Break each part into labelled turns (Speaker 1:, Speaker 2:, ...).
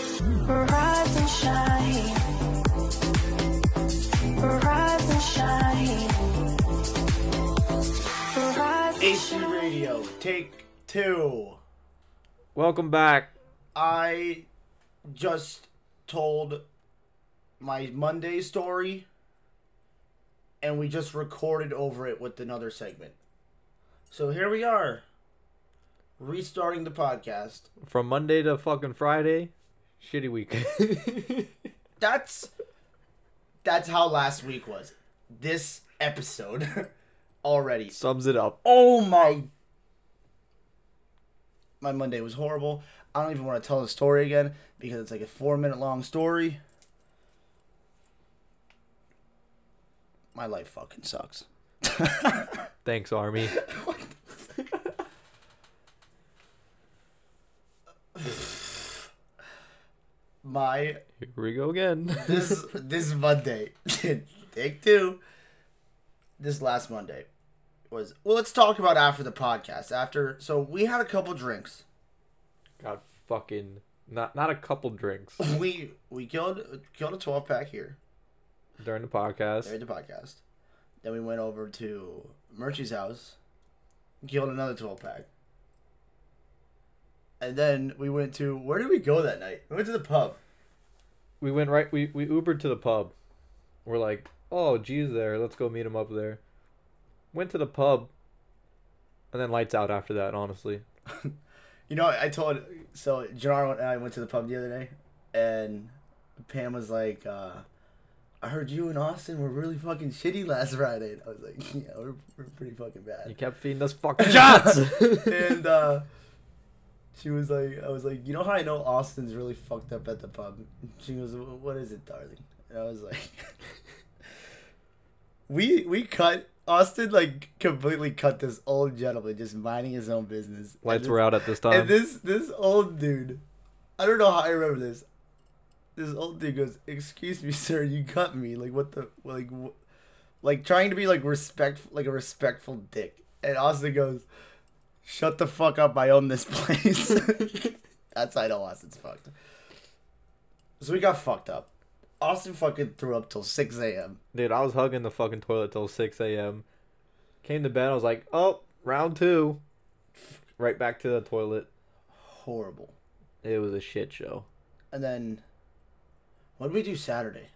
Speaker 1: Rise and shine. Rise and shine. Rise and
Speaker 2: AC Radio, take two.
Speaker 3: Welcome back.
Speaker 2: I just told my Monday story, and we just recorded over it with another segment. So here we are, restarting the podcast.
Speaker 3: From Monday to fucking Friday, shitty week.
Speaker 2: That's that's how last week was. This episode already.
Speaker 3: Sums it up.
Speaker 2: Oh my! My Monday was horrible. I don't even want to tell the story again because it's like a four minute long story. My life fucking sucks.
Speaker 3: Thanks, Army.
Speaker 2: My
Speaker 3: Here we go again.
Speaker 2: this this Monday, take two. This last Monday was well. Let's talk about after the podcast. After so we had a couple drinks.
Speaker 3: God fucking not not a couple drinks
Speaker 2: We we killed killed a twelve pack here.
Speaker 3: during the podcast.
Speaker 2: Married the podcast. Then we went over to Murchie's house, killed another 12 pack. And then we went to where did we go that night? We went to the pub.
Speaker 3: We went right. We we Ubered to the pub. We're like, oh, G's there. Let's go meet him up there. Went to the pub, and then lights out after that. Honestly,
Speaker 2: You know, I told so Gennaro and I went to the pub the other day, and Pam was like, uh, "I heard you and Austin were really fucking shitty last Friday." And I was like, "Yeah, we're, we're pretty fucking bad."
Speaker 3: you kept feeding us fucking shots.
Speaker 2: and uh, she was like, I was like, you know how I know Austin's really fucked up at the pub? She goes, "Wh- what is it, darling? And I was like, we we cut Austin like completely cut this old gentleman just minding his own business. And
Speaker 3: lights
Speaker 2: this-
Speaker 3: were out at this
Speaker 2: And
Speaker 3: time.
Speaker 2: this this old dude, I don't know how I remember this. This old dude goes, "Excuse me, sir, you cut me." Like what the like, wh- like trying to be like respectful, like a respectful dick. And Austin goes, Shut the fuck up, I own this place. That's how I know Austin's fucked. So we got fucked up. Austin fucking threw up till 6 a.m.
Speaker 3: Dude, I was hugging the fucking toilet till 6 a.m. Came to bed, I was like, oh, round two. Right back to the toilet.
Speaker 2: Horrible.
Speaker 3: It was a shit show.
Speaker 2: And then, what did we do Saturday?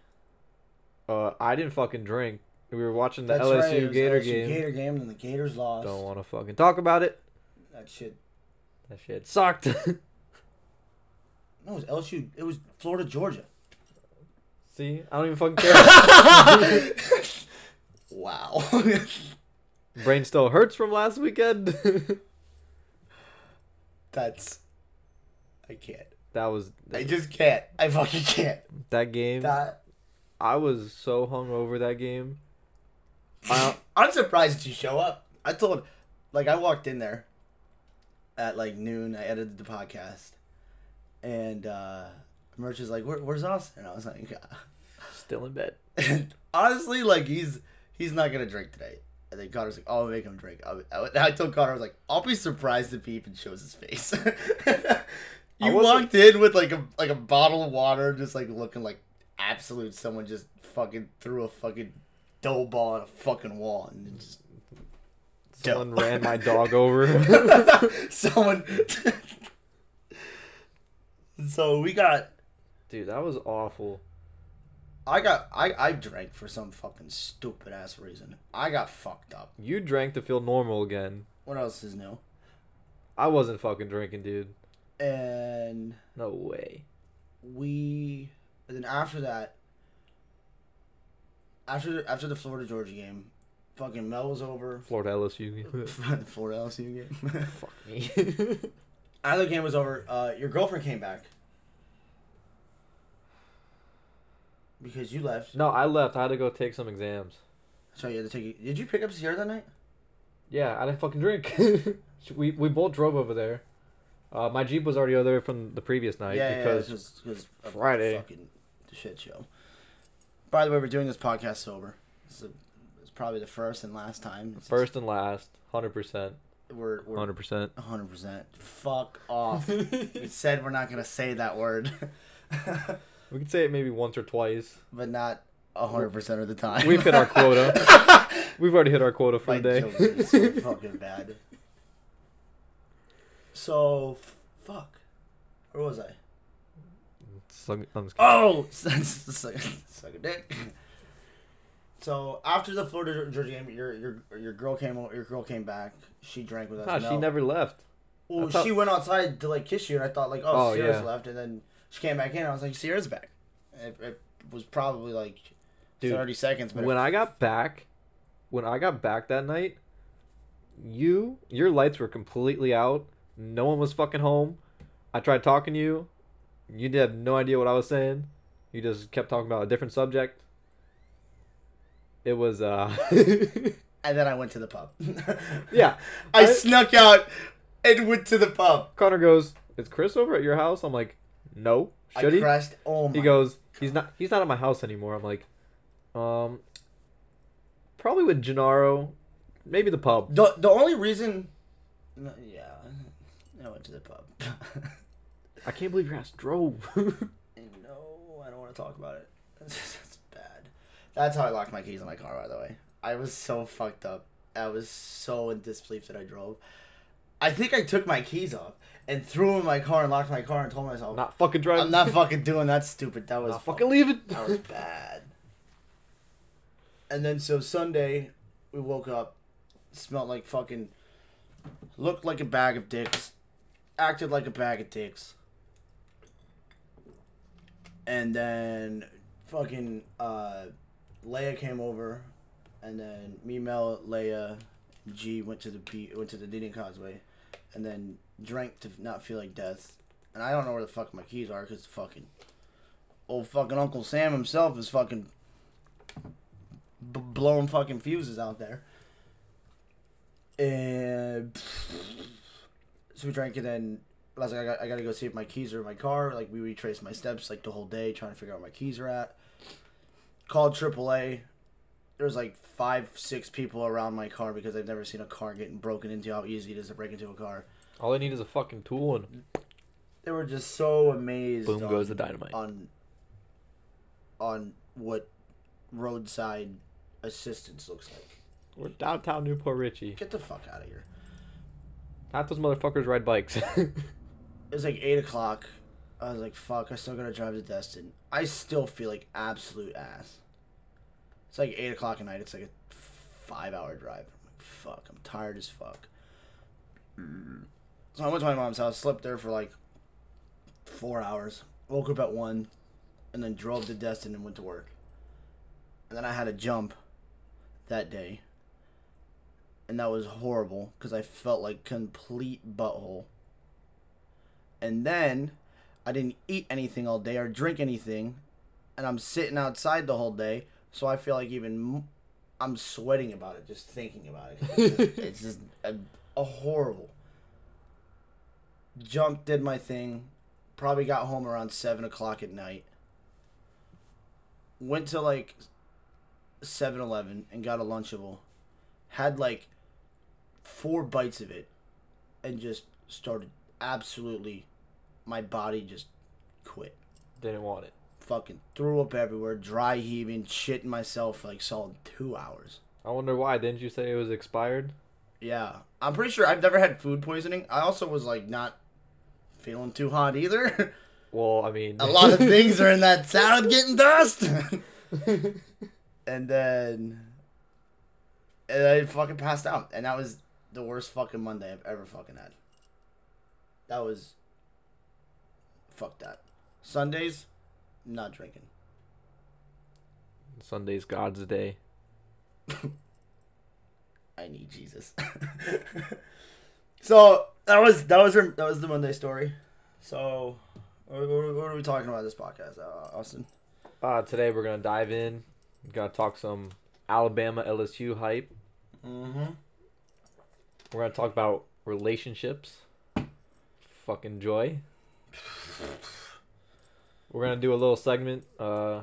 Speaker 3: Uh, I didn't fucking drink. We were watching the
Speaker 2: That's
Speaker 3: LSU
Speaker 2: right, it was
Speaker 3: Gator
Speaker 2: LSU
Speaker 3: game.
Speaker 2: Gator game, and the Gators lost.
Speaker 3: Don't want to fucking talk about it.
Speaker 2: That shit.
Speaker 3: That shit sucked.
Speaker 2: No, it was LSU. It was Florida, Georgia.
Speaker 3: See, I don't even fucking care.
Speaker 2: Wow.
Speaker 3: Brain still hurts from last weekend.
Speaker 2: That's. I can't.
Speaker 3: that was
Speaker 2: I just can't. I fucking can't.
Speaker 3: that game.
Speaker 2: That.
Speaker 3: I was so hungover that game. I,
Speaker 2: I'm surprised you show up. I told, like, I walked in there at like noon. I edited the podcast, and uh Merch is like, Where, "Where's Austin?" And I was like,
Speaker 3: still in bed.
Speaker 2: "Honestly, like, he's he's not gonna drink today." And then Connor's like, "I'll make him drink." I, I, I told Connor, "I was like, I'll be surprised if he even shows his face." you
Speaker 3: wasn't-
Speaker 2: walked in with like a like a bottle of water, just like looking like absolute someone just fucking threw a fucking dough ball at a fucking wall and just Dope.
Speaker 3: Someone ran my dog over.
Speaker 2: someone. so we got.
Speaker 3: Dude, that was awful.
Speaker 2: I got. I I drank for some fucking stupid ass reason. I got fucked up.
Speaker 3: You drank to feel normal again.
Speaker 2: What else is new?
Speaker 3: I wasn't fucking drinking, dude.
Speaker 2: And
Speaker 3: No way.
Speaker 2: we. And then after that. After after the Florida Georgia game, fucking Mel was over.
Speaker 3: Florida LSU. game.
Speaker 2: Florida LSU game.
Speaker 3: Fuck me.
Speaker 2: Either game was over. Uh, your girlfriend came back. Because you left.
Speaker 3: no, I left. I had to go take some exams.
Speaker 2: So you had to take. Did you pick up Sierra that night?
Speaker 3: Yeah, I didn't fucking drink. we we both drove over there. Uh, my jeep was already over there from the previous night
Speaker 2: yeah,
Speaker 3: because
Speaker 2: yeah, because because
Speaker 3: Friday.
Speaker 2: fucking shit show. By the way, we're doing this podcast sober. It's, a, it's probably the first and last time. It's-
Speaker 3: first and last, hundred percent,
Speaker 2: we're we're
Speaker 3: hundred percent.
Speaker 2: hundred percent. Fuck off. we said we're not gonna say that word.
Speaker 3: We could say it maybe once or twice.
Speaker 2: but not hundred percent of the time.
Speaker 3: We've hit our quota. We've already hit our quota for
Speaker 2: My
Speaker 3: the
Speaker 2: jokes are so
Speaker 3: day.
Speaker 2: fucking bad. So f- fuck. Where was I?
Speaker 3: Suck- I'm just kidding.
Speaker 2: Oh, suck, suck suck a dick. So after the Florida Georgia game, your your your girl came o- your girl came back. She drank with us.
Speaker 3: Nah,
Speaker 2: no.
Speaker 3: she never left.
Speaker 2: Well,
Speaker 3: I thought-
Speaker 2: she went outside to like kiss you, and I thought like, oh,
Speaker 3: Oh,
Speaker 2: Sierra's
Speaker 3: yeah.
Speaker 2: left, and then she came back in. and I was like, Sierra's back. It, it was probably like
Speaker 3: Dude,
Speaker 2: thirty seconds, but
Speaker 3: When I got back, when I got back that night, you your lights were completely out. No one was fucking home. I tried talking to you. You did have no idea what I was saying. You just kept talking about a different subject. It was uh
Speaker 2: and then I went to the pub.
Speaker 3: Yeah.
Speaker 2: I,
Speaker 3: I-
Speaker 2: snuck out and went to the pub.
Speaker 3: Connor goes, "Is Chris over at your house?" I'm like, "No." Should
Speaker 2: I
Speaker 3: he?
Speaker 2: crashed. Oh my!
Speaker 3: He goes, "He's not. He's not at my house anymore." I'm like, "Um, probably with Gennaro, maybe the pub."
Speaker 2: The the only reason, no, yeah, I went to the pub.
Speaker 3: I can't believe your ass drove.
Speaker 2: no, I don't want to talk about it. That's bad. That's how I locked my keys in my car. By the way, I was so fucked up. I was so in disbelief that I drove. I think I took my keys off and threw them in my car and locked my car and told myself,
Speaker 3: I'm not fucking driving.
Speaker 2: "I'm not fucking doing that." Stupid. That was
Speaker 3: Not fucking leaving.
Speaker 2: That was bad. And then so Sunday, we woke up, smelled like fucking, looked like a bag of dicks, acted like a bag of dicks. And then fucking uh, Leia came over, and then me, Mel, Leia, G went to the be- went to the dating causeway, and then drank to not feel like death. And I don't know where the fuck my keys are because fucking old fucking Uncle Sam himself is fucking b- blowing fucking fuses out there. And so we drank, and then I was like, I, got, I gotta go see if my keys are in my car. Like we retraced my steps like the whole day trying to figure out where my keys are at. Called AAA. There was like five, six people around my car because I've never seen a car getting broken into. How easy it is to break into a car.
Speaker 3: All I need is a fucking tool and
Speaker 2: They were just so amazed.
Speaker 3: boom
Speaker 2: on-
Speaker 3: goes the dynamite.
Speaker 2: on on what roadside assistance looks like.
Speaker 3: We're downtown Newport Richie.
Speaker 2: Get the fuck out of here.
Speaker 3: Half those motherfuckers ride bikes.
Speaker 2: It was like eight o'clock. I was like, fuck, I still gotta drive to Destin. I still feel like absolute ass. It's like eight o'clock at night, it's like a five hour drive. I'm like, fuck, I'm tired as fuck. So I went to my mom's house, slept there for like four hours, woke up at one, and then drove to Destin and went to work. And then I had a jump that day. And that was horrible because I felt like complete butthole. And then I didn't eat anything all day or drink anything. And I'm sitting outside the whole day. So I feel like even m- I'm sweating about it just thinking about it. It's just, it's just a, a horrible. Jump did my thing. Probably got home around 7 o'clock at night. Went to like 7 Eleven and got a Lunchable. Had like four bites of it and just started absolutely my body just quit
Speaker 3: Didn't want it.
Speaker 2: fucking threw up everywhere dry heaving shitting myself for like solid two hours
Speaker 3: I wonder why. Didn't you say it was expired?
Speaker 2: yeah i'm pretty sure i've never had food poisoning i also was like not feeling too hot either
Speaker 3: Well, I mean,
Speaker 2: a lot of things are in that salad getting dust and then and i fucking passed out and that was the worst fucking monday i've ever fucking had that was fuck that sundays not drinking
Speaker 3: Sunday's God's day.
Speaker 2: I need Jesus. so that was that was her, that was the Monday story. So what, what, what are we talking about this podcast, uh, Austin?
Speaker 3: Uh, today we're gonna dive in. Gonna talk some Alabama LSU hype.
Speaker 2: Mm-hmm.
Speaker 3: We're gonna talk about relationships. Fucking joy. We're gonna do a little segment. Uh,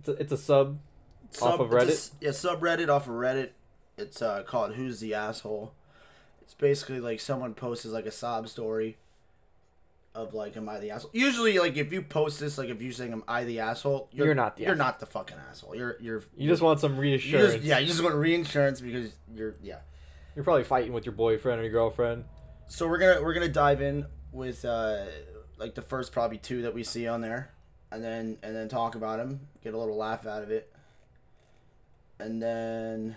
Speaker 3: it's a, it's a sub. Off of
Speaker 2: It's a, yeah, subreddit off of Reddit. It's uh, called "Who's the Asshole." It's basically like someone posts like a sob story, of like, am I the asshole? Usually, like if you post this, like if you're saying, am I the asshole?
Speaker 3: You're not the
Speaker 2: You're
Speaker 3: asshole.
Speaker 2: not the fucking asshole. You're you're
Speaker 3: You just want some
Speaker 2: you
Speaker 3: reassurance.
Speaker 2: just, yeah. You just want reinsurance because you're yeah.
Speaker 3: You're probably fighting with your boyfriend or your girlfriend.
Speaker 2: So we're gonna we're gonna dive in with uh like the first probably two that we see on there, and then and then talk about them, get a little laugh out of it, and then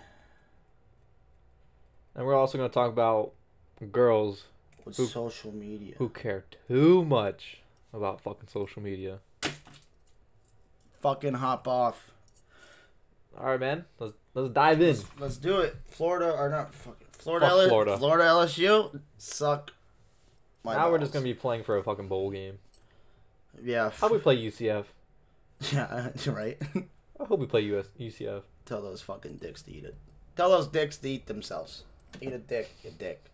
Speaker 3: And we're also going to talk about girls
Speaker 2: with
Speaker 3: Who-
Speaker 2: social media.
Speaker 3: who care too much about fucking social media.
Speaker 2: Fucking hop off.
Speaker 3: All right, man. Let's let's dive in.
Speaker 2: Let's do it. Florida or not fucking Florida.
Speaker 3: Fuck
Speaker 2: L- Florida.
Speaker 3: Florida.
Speaker 2: LSU suck. My
Speaker 3: now we're just
Speaker 2: balls.
Speaker 3: going to be playing for a fucking bowl game.
Speaker 2: yeah
Speaker 3: I hope we play UCF.
Speaker 2: yeah you're right.
Speaker 3: I hope we play US UCF.
Speaker 2: Tell those fucking dicks to eat it. Tell those dicks to eat themselves. Eat a dick, you dick.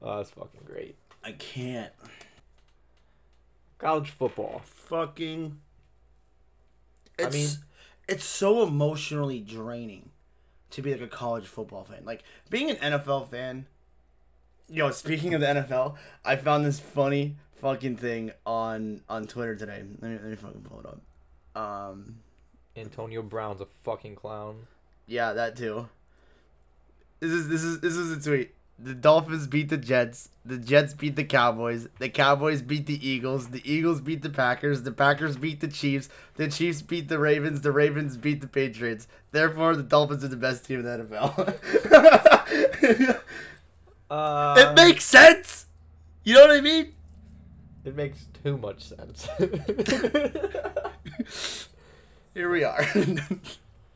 Speaker 3: Oh, that's fucking great.
Speaker 2: I can't.
Speaker 3: College football.
Speaker 2: fucking it's,
Speaker 3: mean-
Speaker 2: it's so emotionally draining to be like a college football fan like being an nfl fan yo speaking of the nfl i found this funny fucking thing on on twitter today let me, let me fucking pull it up um
Speaker 3: Antonio Brown's a fucking clown.
Speaker 2: yeah, that too. This is this is this is a tweet. The Dolphins beat the Jets. The Jets beat the Cowboys. The Cowboys beat the Eagles. The Eagles beat the Packers. The Packers beat the Chiefs. The Chiefs beat the Ravens. The Ravens beat the Patriots. Therefore, the Dolphins are the best team in the NFL.
Speaker 3: Uh,
Speaker 2: it makes sense. You know what I mean?
Speaker 3: it makes too much sense.
Speaker 2: Here we are.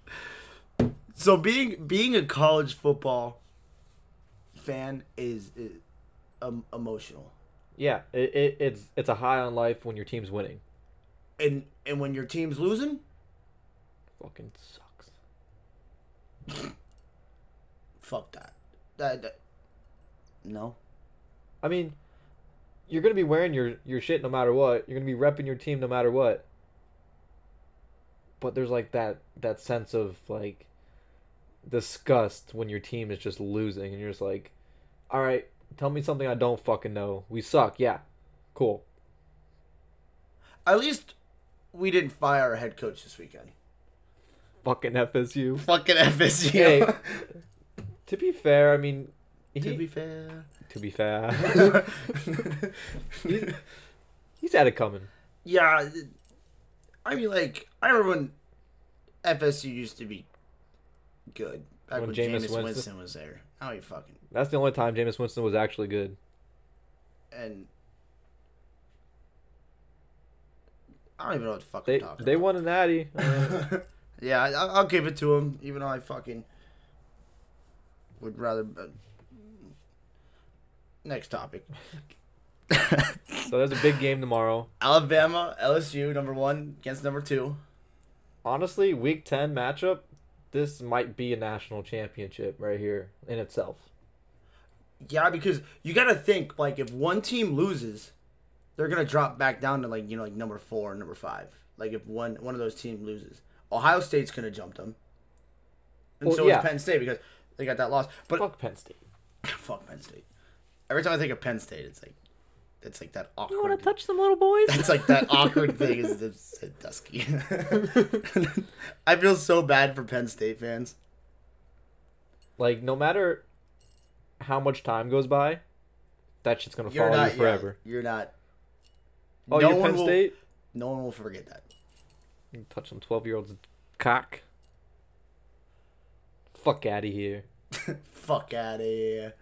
Speaker 2: so being being a college football fan is, is um, emotional.
Speaker 3: yeah, it, it, it's it's a high on life when your team's winning.
Speaker 2: and and when your team's losing,
Speaker 3: Fucking sucks.
Speaker 2: fuck that. That, that- no.
Speaker 3: I mean, you're gonna be wearing your your shit no matter what. You're gonna be repping your team no matter what. But there's like that that sense of like disgust when your team is just losing, and you're just like, all right, tell me something I don't fucking know. We suck. Yeah, cool.
Speaker 2: At least we didn't fire our head coach this weekend.
Speaker 3: Fucking FSU.
Speaker 2: Fucking FSU.
Speaker 3: Hey, To be fair, I mean, he,
Speaker 2: to be fair.
Speaker 3: to be fair, he's had it coming.
Speaker 2: yeah, I mean, like I remember when FSU used to be good back when,
Speaker 3: When
Speaker 2: Jameis
Speaker 3: Jameis
Speaker 2: Winston.
Speaker 3: Winston-
Speaker 2: was there. Now he fucking
Speaker 3: That's the only time Jameis Winston was actually good.
Speaker 2: and. I don't even know what the fuck I'm
Speaker 3: They
Speaker 2: talking
Speaker 3: they
Speaker 2: about.
Speaker 3: won a natty. Uh,
Speaker 2: yeah, I, I'll I'll give it to him, even though I fucking would rather. But... Next topic:
Speaker 3: so there's a big game tomorrow.
Speaker 2: Alabama, LSU, number one against number two.
Speaker 3: honestly, week 10 matchup, this might be a national championship right here in itself.
Speaker 2: Yeah, because you got to think like if one team loses, they're gonna drop back down to like you know like number four, number five. Like if one one of those teams loses, Ohio State's gonna jump them, and
Speaker 3: Well,
Speaker 2: so
Speaker 3: yeah.
Speaker 2: is Penn State because they got that loss. But
Speaker 3: Fuck Penn State.
Speaker 2: fuck Penn State. Every time I think of Penn State, it's like it's like that awkward.
Speaker 3: You want to touch them little boys?
Speaker 2: It's like that awkward thing is it's Dusky. I feel so bad for Penn State fans.
Speaker 3: like, no matter how much time goes by, that shit's going to
Speaker 2: You're
Speaker 3: follow
Speaker 2: not
Speaker 3: you forever.
Speaker 2: yeah, you're not.
Speaker 3: Oh,
Speaker 2: no
Speaker 3: you're
Speaker 2: one
Speaker 3: Penn
Speaker 2: will-
Speaker 3: State?
Speaker 2: No one will forget that.
Speaker 3: You can touch some 12 year old's cock. Fuck out of here.
Speaker 2: Fuck out of here,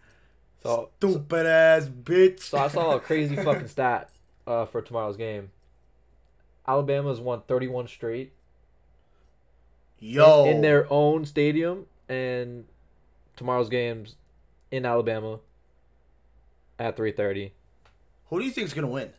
Speaker 3: So,
Speaker 2: stupid ass bitch.
Speaker 3: so I saw a crazy fucking stat uh, for tomorrow's game. Alabama's won 31 straight
Speaker 2: Yo,
Speaker 3: in their own stadium and tomorrow's games in Alabama at 3:30.
Speaker 2: who do you think's gonna win?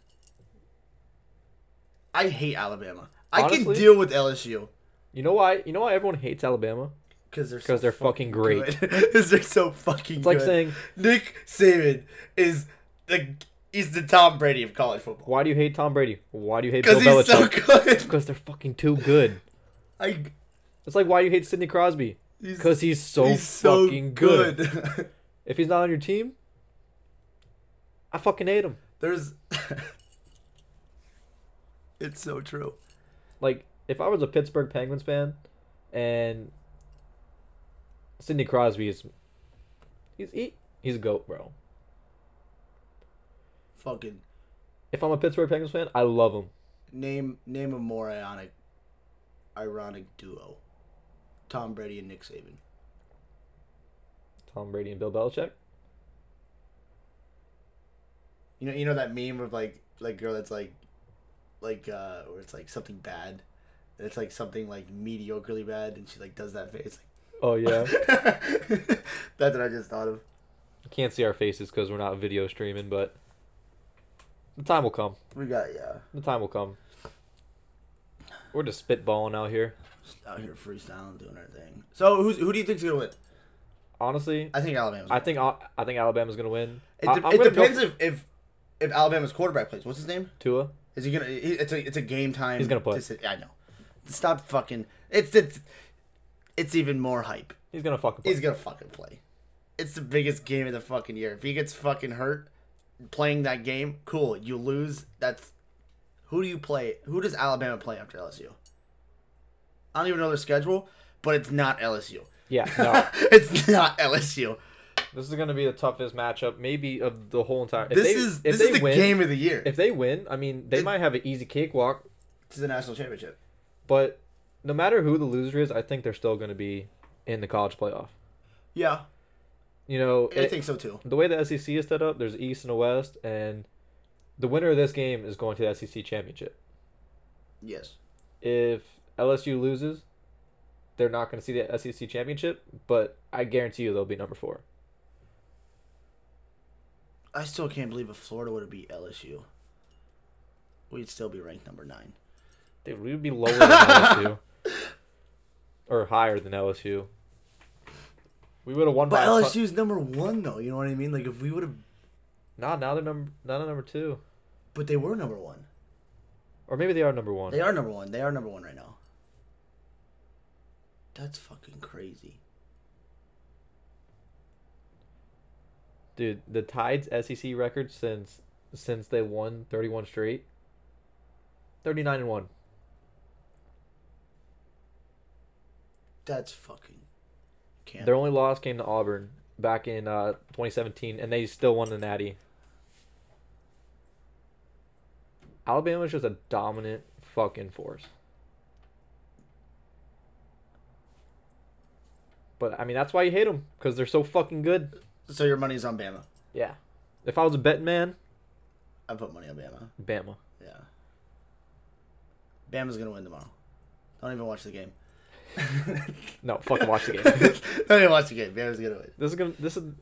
Speaker 2: I hate Alabama. I can
Speaker 3: Honestly?
Speaker 2: deal with LSU
Speaker 3: You know why? You know why everyone hates Alabama?
Speaker 2: because they're
Speaker 3: Because they're fucking great. It's
Speaker 2: Because they're so fucking.
Speaker 3: like
Speaker 2: good.
Speaker 3: saying,
Speaker 2: Nick Saban is the he's the Tom Brady of college football.
Speaker 3: why do you hate Tom Brady? Why do you hate Bill
Speaker 2: Because he's so
Speaker 3: Belichick?
Speaker 2: good.
Speaker 3: Because they're fucking too good.
Speaker 2: I,
Speaker 3: It's like why do you hate Sidney Crosby?
Speaker 2: he's,
Speaker 3: Because he's so
Speaker 2: he's so
Speaker 3: fucking good. If he's not on your team, I fucking hate him.
Speaker 2: There's. it's so true.
Speaker 3: Like, if I was a Pittsburgh Penguins fan, and Sidney Crosby is, he's he, he's a goat, bro.
Speaker 2: Fucking
Speaker 3: If I'm a Pittsburgh Penguins fan, I love him.
Speaker 2: name name a more ironic, ironic duo. Tom Brady and Nick Saban.
Speaker 3: Tom Brady and Bill Belichick.
Speaker 2: You know, you know that meme of like like girl that's like, like uh, where it's like something bad, and it's like something like mediocrely bad, and she like does that face.
Speaker 3: Oh yeah,
Speaker 2: Like, that's what I just thought of.
Speaker 3: you can't see our faces because we're not video streaming, but the time will come.
Speaker 2: We got yeah,
Speaker 3: The time will come. We're just spitballing out here.
Speaker 2: just out here freestyling, doing our thing. So who's who do you think's gonna win?
Speaker 3: Honestly,
Speaker 2: I think Alabama's.
Speaker 3: I think I I think Alabama's gonna win.
Speaker 2: it,
Speaker 3: I,
Speaker 2: de-
Speaker 3: I'm
Speaker 2: it
Speaker 3: gonna go
Speaker 2: depends if, if if Alabama's quarterback plays. What's his name?
Speaker 3: Tua.
Speaker 2: Is he gonna? he- It's a it's a game time.
Speaker 3: He's gonna play.
Speaker 2: deci- I know. Stop fucking. It's it's it's even more hype.
Speaker 3: He's gonna fucking. Play.
Speaker 2: He's gonna fucking play. It's the biggest game of the fucking year. If he gets fucking hurt playing that game, cool. You lose. That's who do you play? Who does Alabama play after LSU? I don't even know their schedule, but it's not LSU.
Speaker 3: Yeah, no.
Speaker 2: it's not LSU.
Speaker 3: This is gonna be the toughest matchup, maybe of the whole entire. If
Speaker 2: This
Speaker 3: they,
Speaker 2: is
Speaker 3: if
Speaker 2: this
Speaker 3: they
Speaker 2: is the
Speaker 3: win,
Speaker 2: game of the year.
Speaker 3: If they win, I mean, they
Speaker 2: It-
Speaker 3: might have an easy cakewalk,
Speaker 2: It's the national championship.
Speaker 3: but no matter who the loser is, I think they're still gonna be in the college playoff.
Speaker 2: Yeah,
Speaker 3: You know,
Speaker 2: I
Speaker 3: it-
Speaker 2: think so too.
Speaker 3: the way the SEC is set up, there's East and a West, and the winner of this game is going to the SEC championship.
Speaker 2: Yes.
Speaker 3: If LSU loses, they're not going to see the SEC championship, but I guarantee you they'll be number four.
Speaker 2: I still can't believe if Florida would have beat LSU, we'd still be ranked number nine.
Speaker 3: Dude, we would be lower than LSU or higher than LSU. We would have won
Speaker 2: But
Speaker 3: by a ton-
Speaker 2: LSU's number one though. You know what I mean? Like if we would have,
Speaker 3: Nah, now they're number now they're number two,
Speaker 2: but they were number one.
Speaker 3: or maybe they are number one.
Speaker 2: They are number one. They are number one right now. That's fucking crazy.
Speaker 3: Dude, the Tide's SEC record since since they won 31 straight, 39 and one.
Speaker 2: That's fucking. Can't.
Speaker 3: Their only loss came to Auburn back in uh, 2017, and they still won the Natty. Alabama's just a dominant fucking force. But I mean, that's why you hate them because they're so fucking good.
Speaker 2: So your money's on Bama.
Speaker 3: Yeah. If I was a betting man,
Speaker 2: I put money on Bama.
Speaker 3: Bama.
Speaker 2: Yeah. Bama's gonna win tomorrow. Don't even watch the game.
Speaker 3: No, fucking watch the game.
Speaker 2: Don't even watch the game. Bama's gonna win.
Speaker 3: This is gonna. This is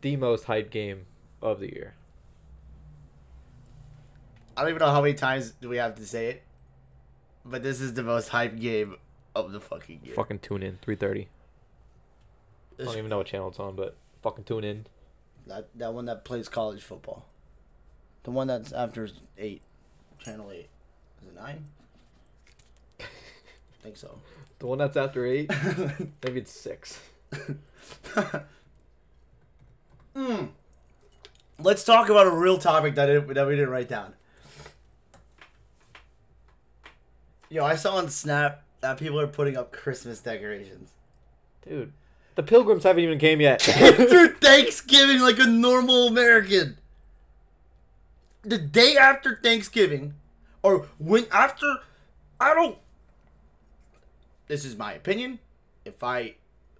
Speaker 3: the most hyped game of the year.
Speaker 2: I don't even know how many times do we have to say it, but this is the most hyped game of the fucking year.
Speaker 3: Fucking tune in, three thirty. I
Speaker 2: This-
Speaker 3: don't even know what channel it's on, but fucking tune in.
Speaker 2: That that one that plays college football, the one that's after eight, channel eight, is it nine? I think so.
Speaker 3: The one that's after eight, maybe it's six.
Speaker 2: Mm. Let's talk about a real topic that it, that we didn't write down. Yo, I saw on Snap that people are putting up Christmas decorations.
Speaker 3: Dude, the Pilgrims haven't even came yet.
Speaker 2: through Thanksgiving like a normal American. The day after Thanksgiving, or when after, I don't. This is my opinion. If I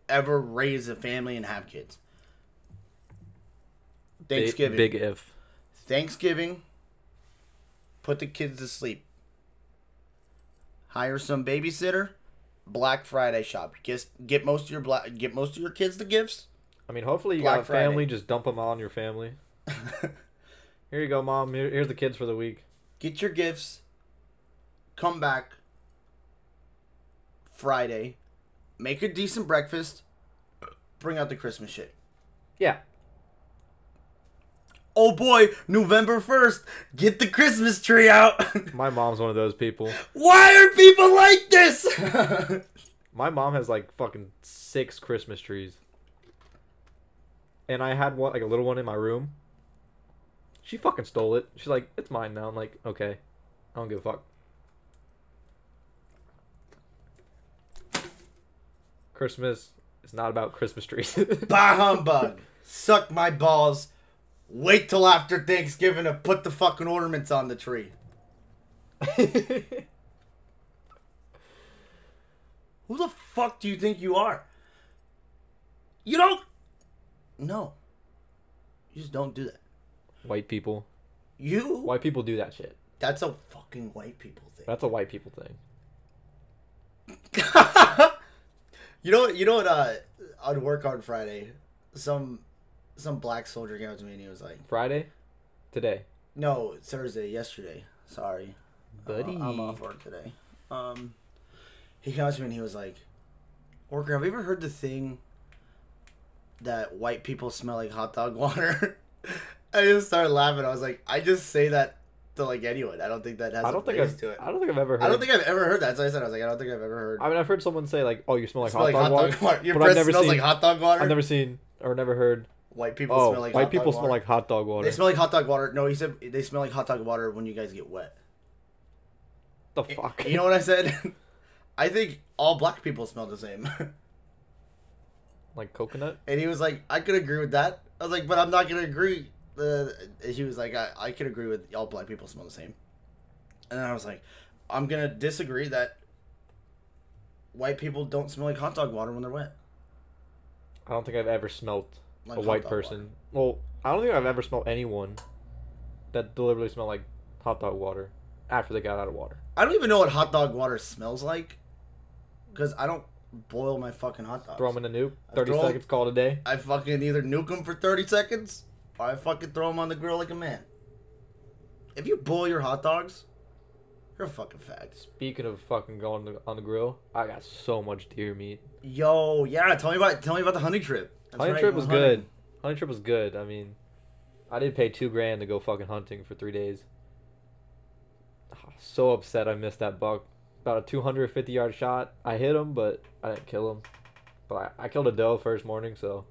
Speaker 2: ever raise a family and have kids, Thanksgiving,
Speaker 3: Big, big if.
Speaker 2: Thanksgiving, put the kids to sleep. Hire some babysitter. Black Friday shop. Get get most of your black get most of your kids the gifts.
Speaker 3: I mean, hopefully you
Speaker 2: Black
Speaker 3: got a family.
Speaker 2: Friday.
Speaker 3: Just dump them all on your family. Here you go, mom. Here, here's the kids for the week.
Speaker 2: get your gifts, come back Friday, make a decent breakfast, bring out the Christmas shit.
Speaker 3: Yeah.
Speaker 2: Oh boy, November 1st, get the Christmas tree out.
Speaker 3: My mom's one of those people.
Speaker 2: Why are people like this?
Speaker 3: My mom has like fucking six Christmas trees. and I had one like a little one in my room. She fucking stole it. She's like, "It's mine now." I'm like, "Okay, I don't give a fuck." Christmas is not about Christmas trees.
Speaker 2: Bah humbug. Suck my balls. Wait till after Thanksgiving to put the fucking ornaments on the tree. Who the fuck do you think you are? You don't. No. You just don't do that.
Speaker 3: white people.
Speaker 2: You.
Speaker 3: White people do that shit.
Speaker 2: That's a fucking white people thing.
Speaker 3: That's a white people thing.
Speaker 2: You know what? You know what? Uh, on work on Friday, some some black soldier came up to me and he was like,
Speaker 3: Friday, today,
Speaker 2: "No, Thursday, yesterday. Sorry, I'm- I'm off work today." Um, he came up to me and he was like, "Worker, have you ever heard the thing that white people smell like hot dog water?" I just started laughing. I was like, "I just say that to like anyone. I don't think that has
Speaker 3: I
Speaker 2: I
Speaker 3: don't think
Speaker 2: base
Speaker 3: I've.
Speaker 2: to it.
Speaker 3: I don't think I've ever heard.
Speaker 2: I don't think I've ever heard that." So I said, "I was like, I don't think I've ever heard."
Speaker 3: I mean, I've heard someone say like, "Oh, you smell like
Speaker 2: smell
Speaker 3: hot
Speaker 2: like
Speaker 3: dog water,"
Speaker 2: Your
Speaker 3: but I've
Speaker 2: breath
Speaker 3: never
Speaker 2: smells
Speaker 3: seen.
Speaker 2: like hot dog water.
Speaker 3: I've never seen or never heard.
Speaker 2: White people
Speaker 3: Oh,
Speaker 2: smell like
Speaker 3: white
Speaker 2: hot
Speaker 3: people
Speaker 2: dog
Speaker 3: smell
Speaker 2: water.
Speaker 3: like hot dog water.
Speaker 2: They smell like hot dog water. No, he said they smell like hot dog water when you guys get wet.
Speaker 3: the fuck.
Speaker 2: You know what I said? I think all black people smell the same.
Speaker 3: like coconut.
Speaker 2: and he was like, I could agree with that. I was like, but I'm not gonna agree. Uh, and he was like, I, I could agree with all black people smell the same. And then I was like, I'm gonna disagree that white people don't smell like hot dog water when they're wet.
Speaker 3: I don't think I've ever smelled
Speaker 2: Like
Speaker 3: a
Speaker 2: hot
Speaker 3: white
Speaker 2: dog
Speaker 3: person. Well, I don't think I've ever smelled anyone that deliberately smelled like hot dog water after they got out of water.
Speaker 2: I don't even know what hot dog water smells like, because I don't boil my fucking hot dogs.
Speaker 3: Throw them in a nuke. Thirty
Speaker 2: throw 'em-
Speaker 3: seconds. Call it a day.
Speaker 2: I fucking either nuke them for 30 seconds or I fucking throw them on the grill like a man. If you boil your hot dogs, you're a fucking fag.
Speaker 3: Speaking of fucking going to- on the grill, I got so much deer meat.
Speaker 2: Yo, yeah, tell me about tell me about the honey trip. That's
Speaker 3: Hunting
Speaker 2: right,
Speaker 3: trip
Speaker 2: you
Speaker 3: was
Speaker 2: went hunting.
Speaker 3: good. Hunting trip was good. I mean, I did pay two grand to go fucking hunting for three days. So upset I missed that buck. About a 250 yard shot. I hit him, but I didn't kill him. But I, I killed a doe first morning, so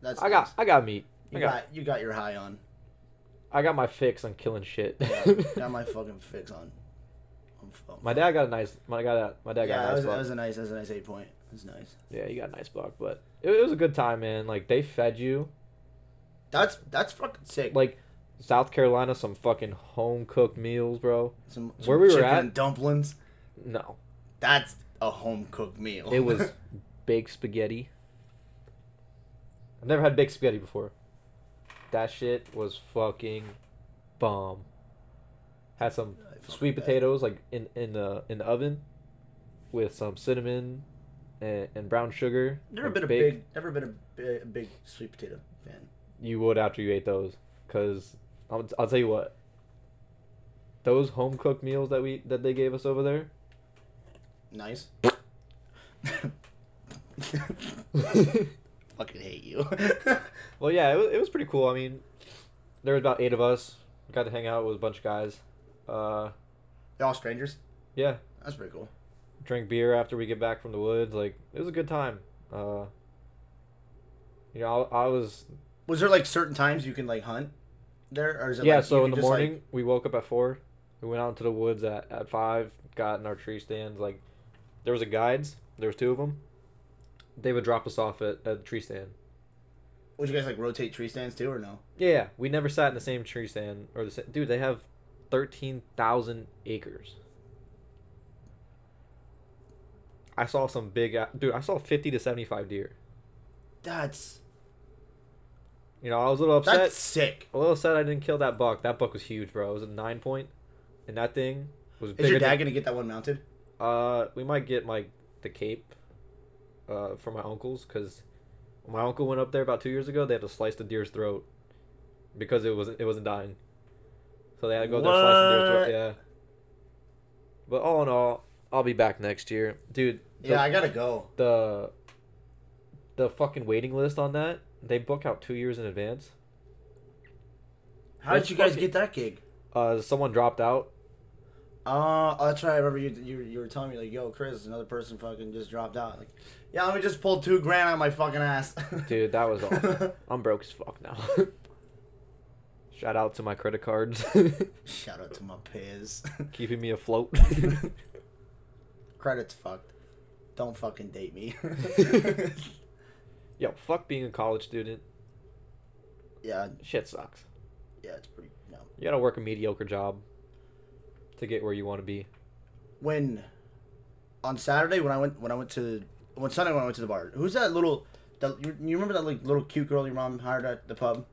Speaker 2: That's
Speaker 3: I got
Speaker 2: nice.
Speaker 3: I got meat. I
Speaker 2: you
Speaker 3: got,
Speaker 2: got you got your high on.
Speaker 3: I got my fix on killing shit.
Speaker 2: Got my fucking fix on. I'm, i
Speaker 3: my dad got a nice. My got a my dad got
Speaker 2: yeah, that
Speaker 3: a nice
Speaker 2: was, that
Speaker 3: buck.
Speaker 2: was a nice that was a nice eight point. That's nice.
Speaker 3: Yeah, you got a nice buck, but it, it was a good time, man. Like they fed you.
Speaker 2: That's that's fucking sick.
Speaker 3: Like South Carolina, some fucking home cooked meals, bro.
Speaker 2: some, some
Speaker 3: where we were
Speaker 2: chicken
Speaker 3: at-
Speaker 2: and dumplings.
Speaker 3: No,
Speaker 2: That's a home cooked meal.
Speaker 3: It was baked spaghetti. I've never had baked spaghetti before. That shit was fucking bomb. Had some
Speaker 2: I fucking
Speaker 3: sweet
Speaker 2: bet.
Speaker 3: potatoes like in in the in the oven with some cinnamon and, and brown sugar.
Speaker 2: Never
Speaker 3: like,
Speaker 2: been a
Speaker 3: baked.
Speaker 2: big, never been a bi- a big sweet potato fan.
Speaker 3: You would after you ate those, cause I'll, I'll tell you what. Those home cooked meals that we that they gave us over there,
Speaker 2: Nice. Fucking hate you.
Speaker 3: Well, yeah, it was, it was pretty cool. I mean, there was about eight of us. We got to hang out with a bunch of guys. Uh,
Speaker 2: They're all strangers.
Speaker 3: yeah,
Speaker 2: That's pretty cool.
Speaker 3: drink beer after we get back from the woods. Like, it was a good time. Uh, you know, I, I was
Speaker 2: Was there like certain times you can like hunt there, or is it
Speaker 3: yeah.
Speaker 2: like, you
Speaker 3: so in
Speaker 2: can
Speaker 3: the
Speaker 2: just, like-
Speaker 3: morning, we woke up at four. We went out into the woods at at five. Got in our tree stands. Like, there was a guides. There was two of them. They would drop us off at, at the tree stand.
Speaker 2: would you guys like rotate tree stands too, or no?
Speaker 3: Yeah, yeah, we never sat in the same tree stand or the sa- dude. They have thirteen thousand acres. I saw some big a- dude. I saw fifty to seventy-five deer.
Speaker 2: That's
Speaker 3: You know, I was a little upset.
Speaker 2: that's sick.
Speaker 3: A little upset I didn't kill that buck. That buck was huge, bro. It was a nine point, and that thing was
Speaker 2: Is your
Speaker 3: bigger.
Speaker 2: dad
Speaker 3: Than,
Speaker 2: gonna get that one mounted?
Speaker 3: uh, we might get like the cape, uh, for my uncle's because my uncle went up there about two years ago. They had to slice the deer's throat because it wasn't it wasn't dying. So they had to go up there slice the deer's
Speaker 2: What?
Speaker 3: throat. Yeah. But all in all, I'll be back next year, dude. The,
Speaker 2: Yeah, I gotta go.
Speaker 3: the the fucking waiting list on that they book out two years in advance.
Speaker 2: How did
Speaker 3: That's
Speaker 2: you guys
Speaker 3: fucking-
Speaker 2: get that gig?
Speaker 3: Uh, someone dropped out.
Speaker 2: Uh, oh, that's right. I remember you, you you were telling me like, "Yo, Chris, another person fucking just dropped out." Like, yeah, let me just pull two grand out of my fucking ass.
Speaker 3: Dude, that was awful. I'm broke as fuck now. Shout out to my credit cards,
Speaker 2: Shout out to my Piz.
Speaker 3: keeping me afloat.
Speaker 2: Credit's fucked. Don't fucking date me.
Speaker 3: Yo, fuck being a college student.
Speaker 2: yeah,
Speaker 3: Shit sucks.
Speaker 2: yeah, it's pretty. No,
Speaker 3: You gotta work a mediocre job to get where you want to be.
Speaker 2: when on Saturday when I went when I went to when Sunday when I went to the bar. Who's that little? That, you, you remember that like little cute girl your mom hired at the pub?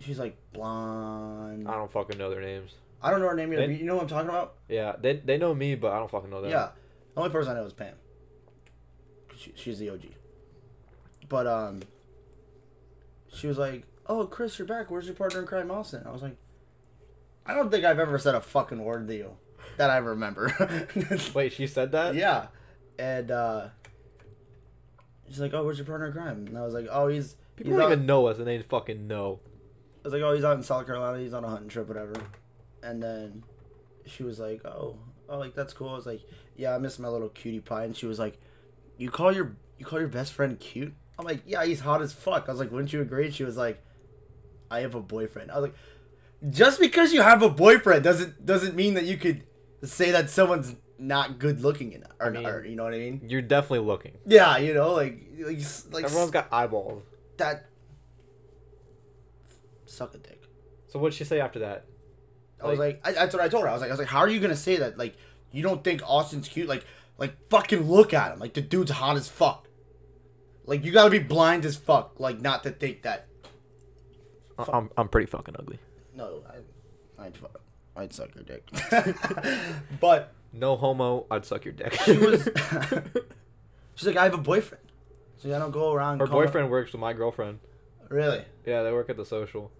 Speaker 2: She's like blonde.
Speaker 3: I don't fucking know their names.
Speaker 2: I don't know her name either.
Speaker 3: They-
Speaker 2: but you know what I'm talking about?
Speaker 3: Yeah, they, they know me, but I don't fucking know them.
Speaker 2: Yeah. The only person I know is Pam. She, she's the OG. But um, she was like, "Oh, Chris, you're back. Where's your partner in crime, Austin?" I was like, "I don't think I've ever said a fucking word to you that I remember."
Speaker 3: Wait, she said that?
Speaker 2: yeah. And uh she's like, Oh, where's your partner in crime? And I was like, Oh, he's
Speaker 3: People
Speaker 2: he's
Speaker 3: don't
Speaker 2: out-
Speaker 3: even know us, and they fucking know.
Speaker 2: I was like, Oh, he's out in South Carolina, he's on a hunting trip, whatever. And then she was like, Oh, oh like that's cool. I was like, Yeah, I miss my little cutie pie and she was like, You call your you call your best friend cute? I'm like, Yeah, he's hot as fuck. I was like, Wouldn't you agree? And she was like, I have a boyfriend. I was like, Just because you have a boyfriend doesn't doesn't mean that you could say that someone's not good looking enough or,
Speaker 3: mean-
Speaker 2: or you know what I mean?
Speaker 3: You're definitely looking.
Speaker 2: Yeah, you know, like like s- like
Speaker 3: Everyone's
Speaker 2: Everyone's
Speaker 3: got eyeballs.
Speaker 2: that. Suck a dick.
Speaker 3: So what'd she say after that?
Speaker 2: I was like, I, that's what I told her. I was like, I was like, how are you gonna say that? Like, you don't think Austin's cute? Like, like fucking look at him. Like the dude's hot as fuck. Like you gotta be blind as fuck. Like not to think that.
Speaker 3: I- I'm, I'm pretty fucking ugly.
Speaker 2: No, I, I'd fuck. I'd suck your dick. but
Speaker 3: No homo, I'd suck your dick.
Speaker 2: she was. she's like, I have a boyfriend. So I don't go around.
Speaker 3: Her
Speaker 2: calling-
Speaker 3: boyfriend works with my girlfriend.
Speaker 2: Really.
Speaker 3: Yeah, they work at the social.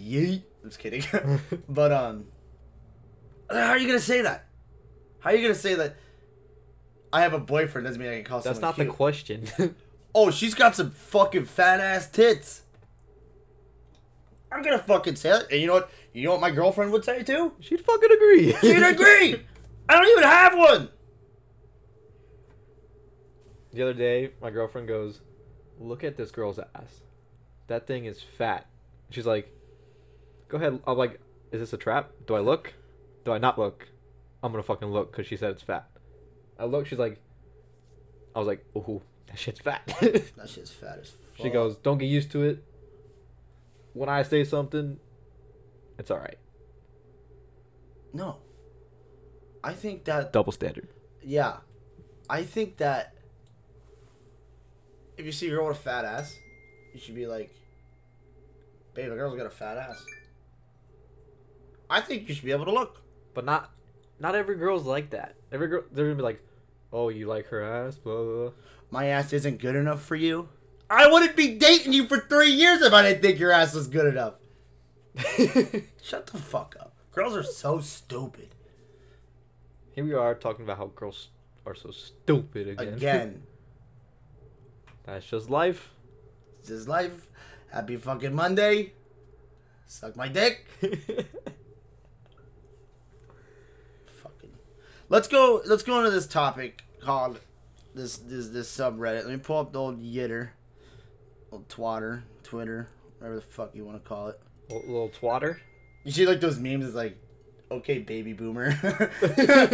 Speaker 2: Yeet. I'm just kidding. but um, how are you gonna say that? How are you gonna say that? I have a boyfriend doesn't mean I can call
Speaker 3: That's
Speaker 2: someone
Speaker 3: not the
Speaker 2: cute.
Speaker 3: question.
Speaker 2: oh, she's got some fucking fat ass tits. I'm gonna fucking say it. And you know what? You know what my girlfriend would say too?
Speaker 3: She'd fucking agree.
Speaker 2: She'd agree. I don't even have one.
Speaker 3: The other day, my girlfriend goes, "Look at this girl's ass. That thing is fat." She's like, "Go ahead." I'm like, "Is this a trap? Do I look? Do I not look? I'm gonna fucking look because she said it's fat." I look. She's like, "I was like, ooh, that shit's fat."
Speaker 2: That shit's fat as fuck.
Speaker 3: she goes, "Don't get used to it. When I say something, it's all right.
Speaker 2: No. I think that
Speaker 3: Double standard."
Speaker 2: Yeah. I think that if you see a girl with a fat ass, you should be like, babe, that girl's got a fat ass. I think you should be able to look.
Speaker 3: But not, not every girl's like that. Every girl, they're gonna be like, "Oh, you like her ass?" Blah blah. blah.
Speaker 2: My ass isn't good enough for you. I wouldn't be dating you for three years if I didn't think your ass was good enough. Shut the fuck up. Girls are so stupid.
Speaker 3: Here we are talking about how girls are so stupid again.
Speaker 2: Again,
Speaker 3: That's just life.
Speaker 2: this is life. Happy fucking Monday. Suck my dick. fucking let's go let's go into this topic called this this this subreddit let me pull up the old yitter old twatter twitter whatever the fuck you want to call it
Speaker 3: Little, little twatter.
Speaker 2: you see like those memes it's like okay baby boomer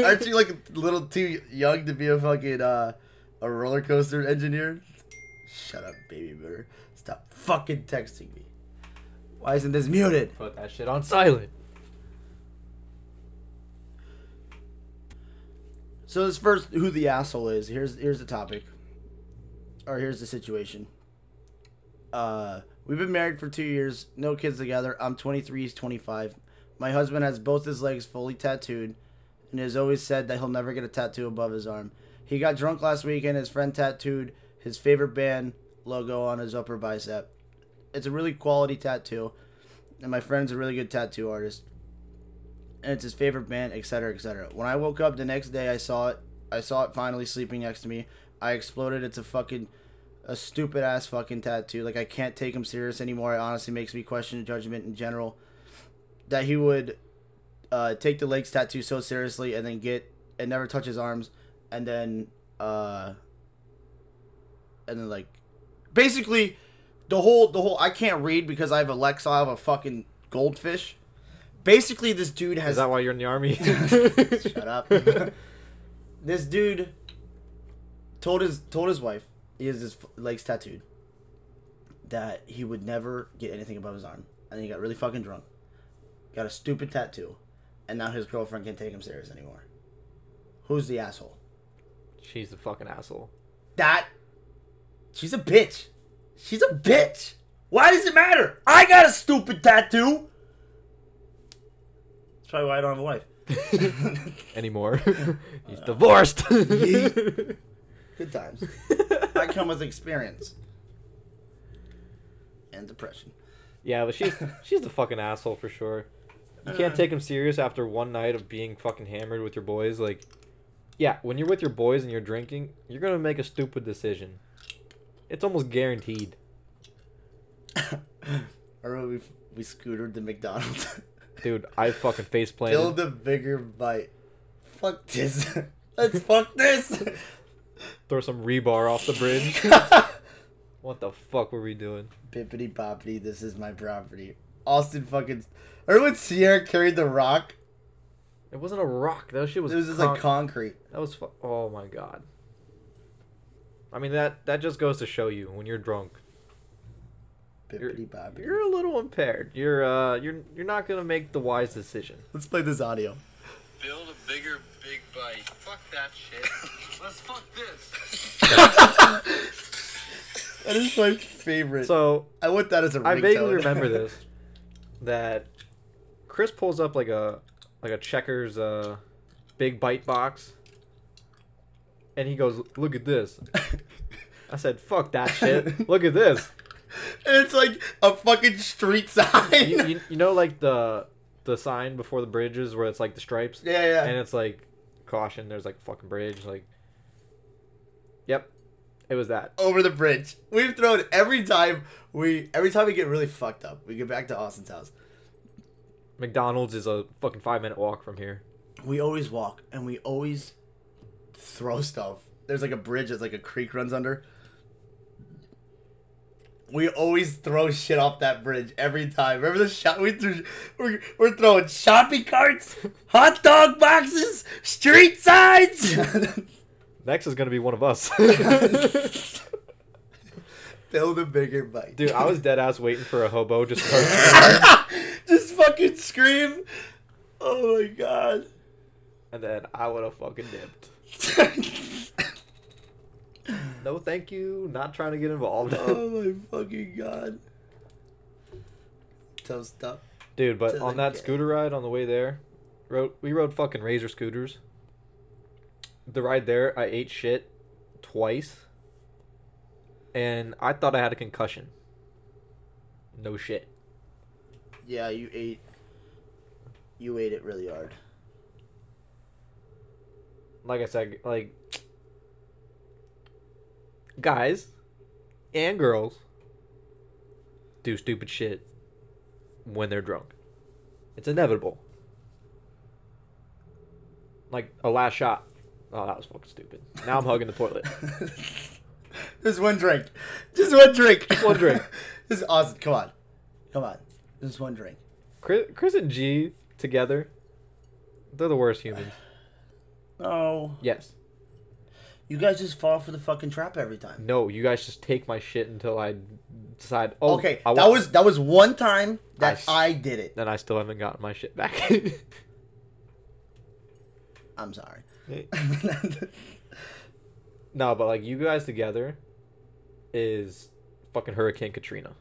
Speaker 2: aren't you like a little too young to be a fucking uh a roller coaster engineer shut up baby boomer stop fucking texting me why isn't this muted
Speaker 3: Put that shit on silent.
Speaker 2: So this first, who the asshole is? Here's here's the topic, or here's the situation. Uh, we've been married for two years, no kids together. I'm 23, he's 25. My husband has both his legs fully tattooed, and has always said that he'll never get a tattoo above his arm. He got drunk last weekend. His friend tattooed his favorite band logo on his upper bicep. It's a really quality tattoo, and my friend's a really good tattoo artist and it's his favorite band, etc., etc. When I woke up the next day, I saw it. I saw it finally sleeping next to me. I exploded. It's a fucking, a stupid ass fucking tattoo. Like I can't take him serious anymore. It honestly makes me question judgment in general. That he would uh, take the legs tattoo so seriously and then get and never touch his arms and then uh and then like basically the whole the whole I can't read because I have Alexa I have a fucking goldfish. Basically this dude has
Speaker 3: Is that why you're in the army?
Speaker 2: Shut up. this dude told his told his wife he has his legs tattooed that he would never get anything above his arm, and he got really fucking drunk, got a stupid tattoo, and now his girlfriend can't take him serious anymore. Who's the asshole?
Speaker 3: She's a fucking asshole.
Speaker 2: That she's a bitch. She's a bitch. Why does it matter? I got a stupid tattoo. That's probably why I don't have a wife.
Speaker 3: Anymore. He's divorced.
Speaker 2: Good times. I come with experience and depression.
Speaker 3: yeah, but she's she's the fucking asshole for sure. You can't take him serious after one night of being fucking hammered with your boys. Like, yeah, when you're with your boys and you're drinking, you're gonna make a stupid decision. It's almost guaranteed.
Speaker 2: I remember we we scootered to McDonald's.
Speaker 3: Dude, I fucking face planted.
Speaker 2: Build a bigger bite. Fuck this. Let's fuck this.
Speaker 3: Throw some rebar off the bridge. what the fuck were we doing?
Speaker 2: Bippity boppity. This is my property. Austin fucking. Remember when Sierra carried the rock?
Speaker 3: It wasn't a rock. That shit was.
Speaker 2: It was just like
Speaker 3: conc-
Speaker 2: concrete.
Speaker 3: That was fu- oh my god. I mean that that just goes to show you when you're drunk,
Speaker 2: Bippity boppity.
Speaker 3: you're a little impaired. You're uh you're you're not gonna make the wise decision.
Speaker 2: Let's play this audio.
Speaker 4: Build a bigger big bite. Fuck that shit. Let's fuck this.
Speaker 2: That is my favorite.
Speaker 3: So
Speaker 2: I want that as a
Speaker 3: I vaguely
Speaker 2: ringtone.
Speaker 3: remember this that Chris pulls up like a like a checkers uh big bite box, and he goes, "Look at this." I said, "Fuck that shit! Look at this."
Speaker 2: and it's like a fucking street sign.
Speaker 3: You, you, you know like the the sign before the bridges where it's like the stripes.
Speaker 2: yeah, yeah.
Speaker 3: and it's like caution there's like a fucking bridge like yep it was that
Speaker 2: over the bridge. We've thrown every time we every time we get really fucked up, we get back to Austin's house.
Speaker 3: mcdonald's is a fucking five minute walk from here
Speaker 2: We always walk and we always throw stuff. There's like a bridge that's like a creek runs under. We always throw shit off that bridge every time. Remember the shot we threw? We're, we're throwing shopping carts, hot dog boxes, street signs.
Speaker 3: next is gonna be one of us
Speaker 2: Build a bigger bike,
Speaker 3: dude i was dead ass waiting for a hobo just to start
Speaker 2: Just fucking scream! Oh my god.
Speaker 3: and then i would have fucking dipped no thank you not trying to get involved
Speaker 2: oh my fucking god. Toast up.
Speaker 3: dude but
Speaker 2: To
Speaker 3: on
Speaker 2: the
Speaker 3: that
Speaker 2: gay.
Speaker 3: scooter ride on the way there rode we rode fucking razor scooters the ride there i ate shit twice and i thought i had a concussion no shit
Speaker 2: Yeah, you ate. You ate it really hard.
Speaker 3: like i said like guys and girls do stupid shit when they're drunk it's inevitable like a last shot oh that was fucking stupid now i'm hugging the toilet
Speaker 2: Just one drink. Just one drink.
Speaker 3: one drink.
Speaker 2: this is awesome. Come on. Come on. Just one drink.
Speaker 3: Chris, Chris and G together, they're the worst humans.
Speaker 2: No.
Speaker 3: Yes.
Speaker 2: You guys just fall for the fucking trap every time.
Speaker 3: No, you guys just take my shit until I decide. Oh,
Speaker 2: Okay,
Speaker 3: I
Speaker 2: that
Speaker 3: want-
Speaker 2: was that was one time that
Speaker 3: Nice.
Speaker 2: I did it.
Speaker 3: Then I still haven't gotten my shit back.
Speaker 2: I'm sorry.
Speaker 3: no, but like you guys together is fucking Hurricane Katrina.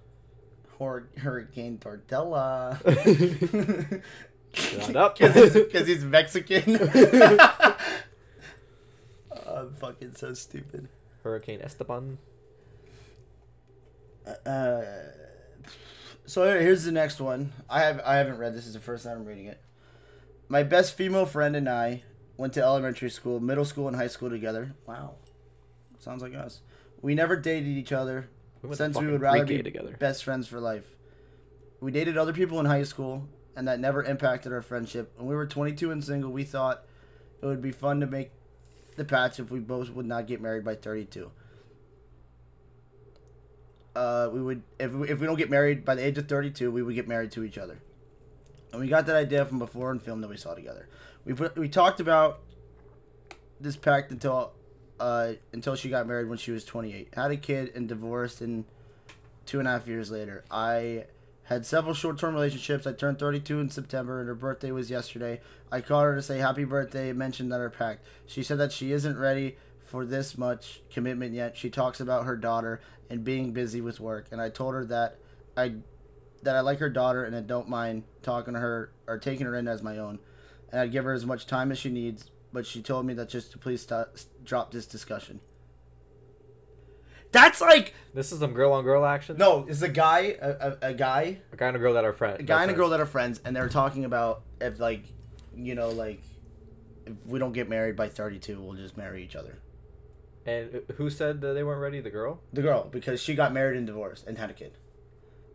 Speaker 2: Hor- Hurricane Tortella.
Speaker 3: Shut up.
Speaker 2: Because he's Mexican. I'm fucking so stupid.
Speaker 3: Hurricane Esteban.
Speaker 2: Uh, so here- here's the next one. I have I haven't read this. This is the first time I'm reading it. My best female friend and I went to elementary school, middle school, and high school together. Wow, sounds like us. We never dated each other
Speaker 3: We went to
Speaker 2: since we
Speaker 3: fucking
Speaker 2: would rather be
Speaker 3: Greek together.
Speaker 2: best friends for life. We dated other people in high school and that never impacted our friendship. When we were 22 and single, we thought it would be fun to make the patch if we both would not get married by 32. Uh, we would if we, if we don't get married by the age of 32, we would get married to each other. And we got that idea from a foreign film that we saw together. We put, we talked about this pact until uh, until she got married when she was 28. Had a kid and divorced and two and a half years later. I had several short-term relationships. I turned 32 in September, and her birthday was yesterday. I called her to say happy birthday and mentioned that her pact. She said that she isn't ready for this much commitment yet. She talks about her daughter and being busy with work, and I told her that I that I like her daughter and I don't mind talking to her or taking her in as my own, and I'd give her as much time as she needs. But she told me that just to please stop, drop this discussion. That's like
Speaker 3: This is some girl on girl action.
Speaker 2: no, it's a guy, a, a, a guy
Speaker 3: a guy and a girl that are friends.
Speaker 2: a guy and a girl that are friends, and they're talking about if like, you know, like, if we don't get married by thirty-two, we'll just marry each other.
Speaker 3: And uh, who said that they weren't ready? The girl.
Speaker 2: The girl, because she got married and divorced and had a kid,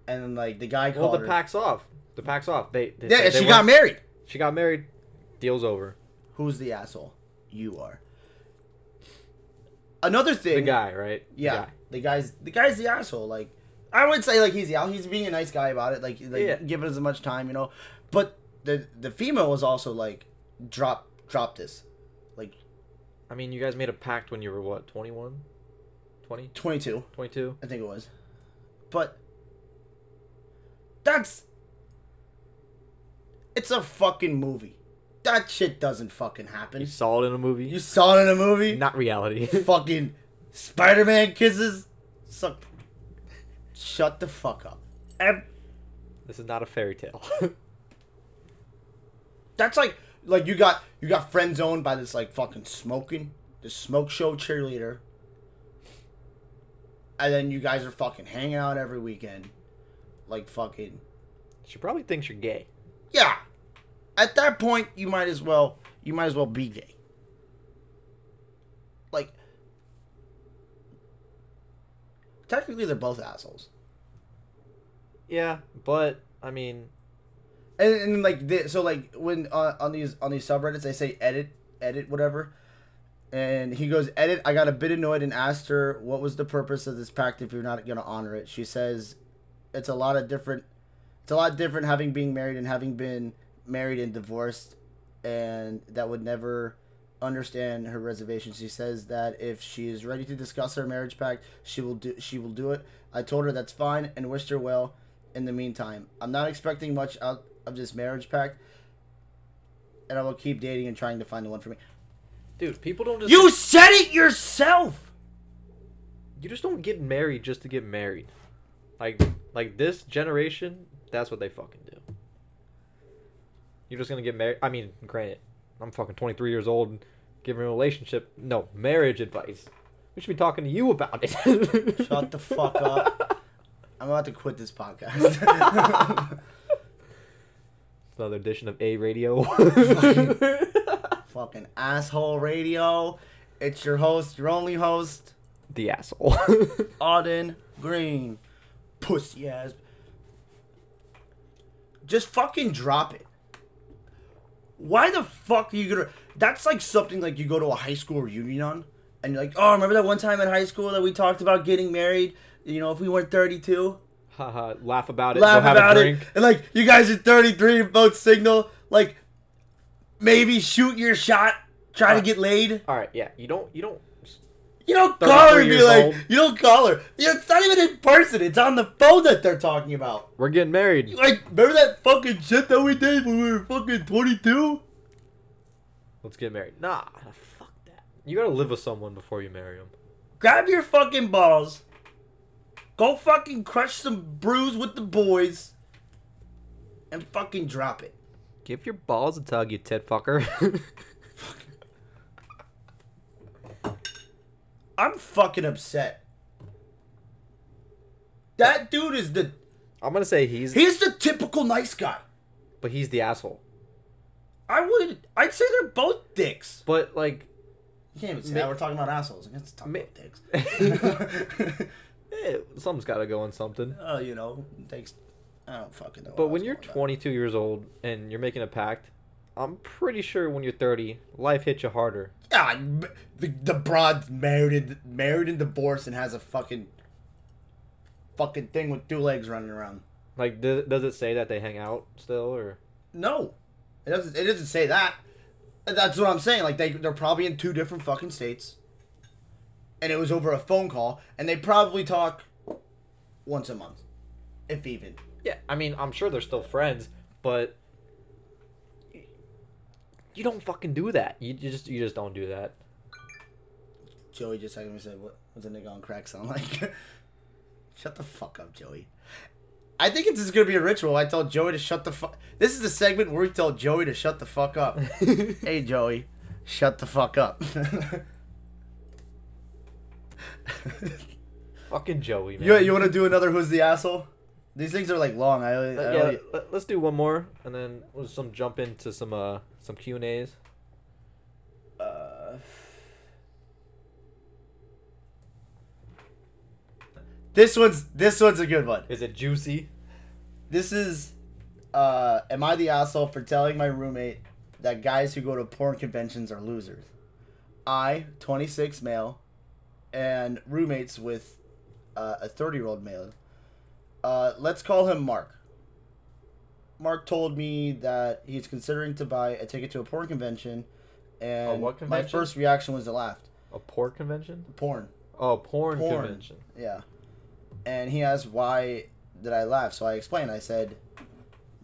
Speaker 2: and then like the guy
Speaker 3: Well,
Speaker 2: called
Speaker 3: the
Speaker 2: her.
Speaker 3: pack's off. The pack's off. They. they
Speaker 2: yeah,
Speaker 3: said
Speaker 2: and
Speaker 3: they
Speaker 2: she got
Speaker 3: weren't-
Speaker 2: married.
Speaker 3: She got married. Deal's over.
Speaker 2: Who's the asshole? You are. Another thing.
Speaker 3: The guy, right? The
Speaker 2: Yeah,
Speaker 3: guy.
Speaker 2: the guy's the guy's the asshole. Like, I would say like he's the out. He's being a nice guy about it. Like, like
Speaker 3: Yeah.
Speaker 2: give it as much time, you know. But the the female was also like, drop drop this, like
Speaker 3: I mean, you guys made a pact when you were what? 21? 20?
Speaker 2: twenty two.
Speaker 3: 22?
Speaker 2: I think it was. But that's it's a fucking movie. That shit doesn't fucking
Speaker 3: You
Speaker 2: happen.
Speaker 3: saw it in a movie.
Speaker 2: You saw it in a movie.
Speaker 3: Not reality.
Speaker 2: fucking Spider-Man kisses. Suck. Shut the fuck up. Ev-
Speaker 3: this is not a fairy tale.
Speaker 2: That's like like you got you got friend zoned by this like fucking smoking this smoke show cheerleader. And then you guys are fucking hanging out every weekend. Like fucking
Speaker 3: she probably thinks you're gay.
Speaker 2: yeah at that point you might as well you might as well be gay like technically they're both assholes
Speaker 3: Yeah, but I mean,
Speaker 2: and, and like the, so like when uh, on these on these subreddits they say edit edit whatever and he goes edit i got a bit annoyed and asked her what was the purpose of this pact if you're not going to honor it she says it's a lot of different it's a lot different having being married and having been married and divorced and that would never understand her reservation she says that if she is ready to discuss her marriage pact she will do she will do it i told her that's fine and wished her well in the meantime i'm not expecting much out of this marriage pact and i will keep dating and trying to find the one for me
Speaker 3: dude, people don't just
Speaker 2: you said it yourself
Speaker 3: you just don't get married just to get married. Like like this generation, that's what they fucking do. You're just gonna get married. I mean, granted, I'm fucking 23 years old and giving a relationship, no marriage advice. We should be talking to you about it.
Speaker 2: shut the fuck up i'm about to quit this podcast
Speaker 3: Another edition of A Radio.
Speaker 2: fucking asshole radio it's your host your only host
Speaker 3: the asshole.
Speaker 2: Auden Green. Pussy ass. Just fucking drop it. Why the fuck are you gonna. That's like something like you go to a high school reunion on, and you're like, oh, remember that one time in high school that we talked about getting married? You know, if we weren't 32?
Speaker 3: Haha, laugh about it.
Speaker 2: laugh
Speaker 3: go have
Speaker 2: about
Speaker 3: a
Speaker 2: it.
Speaker 3: drink.
Speaker 2: And like, you guys are 33 and both signal. Like, maybe shoot your shot,
Speaker 3: Uh,
Speaker 2: try to get laid.
Speaker 3: All right, yeah. You don't. You don't.
Speaker 2: You don't call her
Speaker 3: 33
Speaker 2: and be
Speaker 3: years
Speaker 2: like,
Speaker 3: old.
Speaker 2: you don't call her. You know, It's not even in person. It's on the phone that they're talking about.
Speaker 3: We're getting married.
Speaker 2: Like, remember that fucking shit that we did when we were fucking 22?
Speaker 3: Let's get married. Nah, fuck that. You gotta live with someone before you marry them.
Speaker 2: Grab your fucking balls. Go fucking crush some brews with the boys. And fucking drop it.
Speaker 3: Give your balls a tug, you tit fucker.
Speaker 2: I'm fucking upset. That dude is the.
Speaker 3: I'm gonna say he's,
Speaker 2: He's the typical nice guy.
Speaker 3: but he's the asshole.
Speaker 2: I would. I'd say they're both dicks.
Speaker 3: But like,
Speaker 2: You can't even say
Speaker 3: Ma-
Speaker 2: that. We're talking about assholes. We can't talk
Speaker 3: Ma-
Speaker 2: about dicks.
Speaker 3: eh, something's gotta go on something.
Speaker 2: oh, you know, dicks. I don't fucking know. what
Speaker 3: But
Speaker 2: I was
Speaker 3: when you're
Speaker 2: going on.
Speaker 3: 22 years old and you're making a pact, I'm pretty sure when you're 30, life hits you harder.
Speaker 2: Ah, m- the the broad's married and married and divorced and has a fucking fucking thing with two legs running around.
Speaker 3: Like, does, does it say that they hang out still, or
Speaker 2: No, it doesn't. It doesn't say that. That's what I'm saying. Like they they're probably in two different fucking states, and it was over a phone call, and they probably talk once a month, if even.
Speaker 3: Yeah, I mean, I'm sure they're still friends, but you don't fucking do that. You you just you just don't do that.
Speaker 2: Joey just second said, "What was a nigga on crack sound like?" shut the fuck up, Joey. I think it's just gonna be a ritual. I tell Joey to shut the fuck. This is the segment where we tell Joey to shut the fuck up. hey, Joey, shut the fuck up.
Speaker 3: Fucking Joey, man.
Speaker 2: you you want to do another? Who's the asshole? These things are like long. I, e-, I
Speaker 3: Uh, yeah,
Speaker 2: already-
Speaker 3: let- let's do one more, and then we'll some jump into some uh some Q and A's.
Speaker 2: Uh, this one's this one's a good one.
Speaker 3: Is it juicy?
Speaker 2: This is uh am I the asshole for telling my roommate that guys who go to porn conventions are losers? I, 26 male, and roommates with uh, a 30 year old male. Uh, let's call him Mark. Mark told me that he's considering to buy a ticket to a porn convention, and
Speaker 3: what
Speaker 2: my
Speaker 3: convention?
Speaker 2: first reaction was to laugh.
Speaker 3: A porn convention?
Speaker 2: Porn.
Speaker 3: Oh, porn,
Speaker 2: Porn.
Speaker 3: convention.
Speaker 2: Yeah. And he asked why did I laugh? So I explained. I said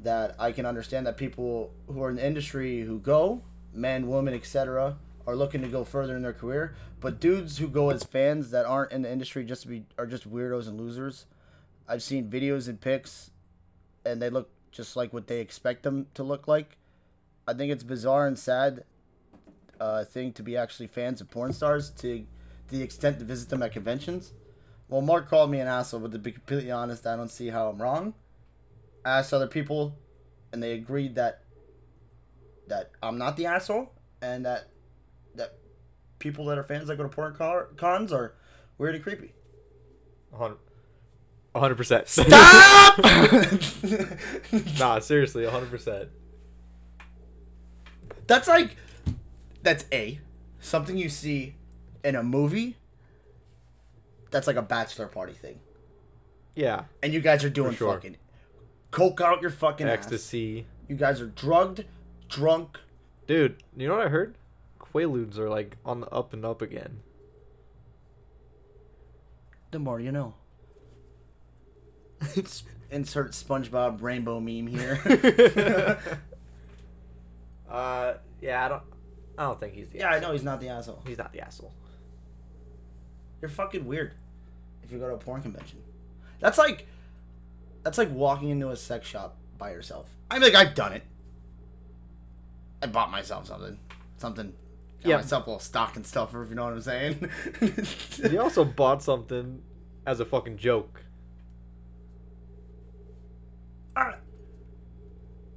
Speaker 2: that I can understand that people who are in the industry who go, men, women, etc., are looking to go further in their career, but dudes who go as fans that aren't in the industry just to be are just weirdos and losers. I've seen videos and pics and they look just like what they expect them to look like. I think it's bizarre and sad uh, thing to be actually fans of porn stars to the extent to visit them at conventions. Well, Mark called me an asshole, but to be completely honest, I don't see how I'm wrong. I asked other people, and they agreed that that I'm not the asshole, and that that people that are fans that go to porn car- cons are weird and creepy.
Speaker 3: A hundred- a hundred percent. nah, seriously, a hundred percent.
Speaker 2: That's like that's a something you see in a movie. That's like a bachelor party thing,
Speaker 3: Yeah,
Speaker 2: and you guys are doing
Speaker 3: sure.
Speaker 2: fucking coke out your fucking ass.
Speaker 3: ecstasy,
Speaker 2: You guys are drugged, drunk.
Speaker 3: dude. You know what I heard? Quaaludes are like on the up and up again.
Speaker 2: The more you know. S- Insert SpongeBob rainbow meme here.
Speaker 3: Uh, yeah, I don't, I don't think he's the.
Speaker 2: yeah, I know he's not the asshole.
Speaker 3: He's not the asshole.
Speaker 2: You're fucking weird. If you go to a porn convention, that's like, that's like walking into a sex shop by yourself. I mean, like I've done it. I bought myself something, something. Got
Speaker 3: Yeah.
Speaker 2: myself a little stocking stuffer, if you know what I'm saying.
Speaker 3: He also bought something as a fucking joke.
Speaker 2: Alright.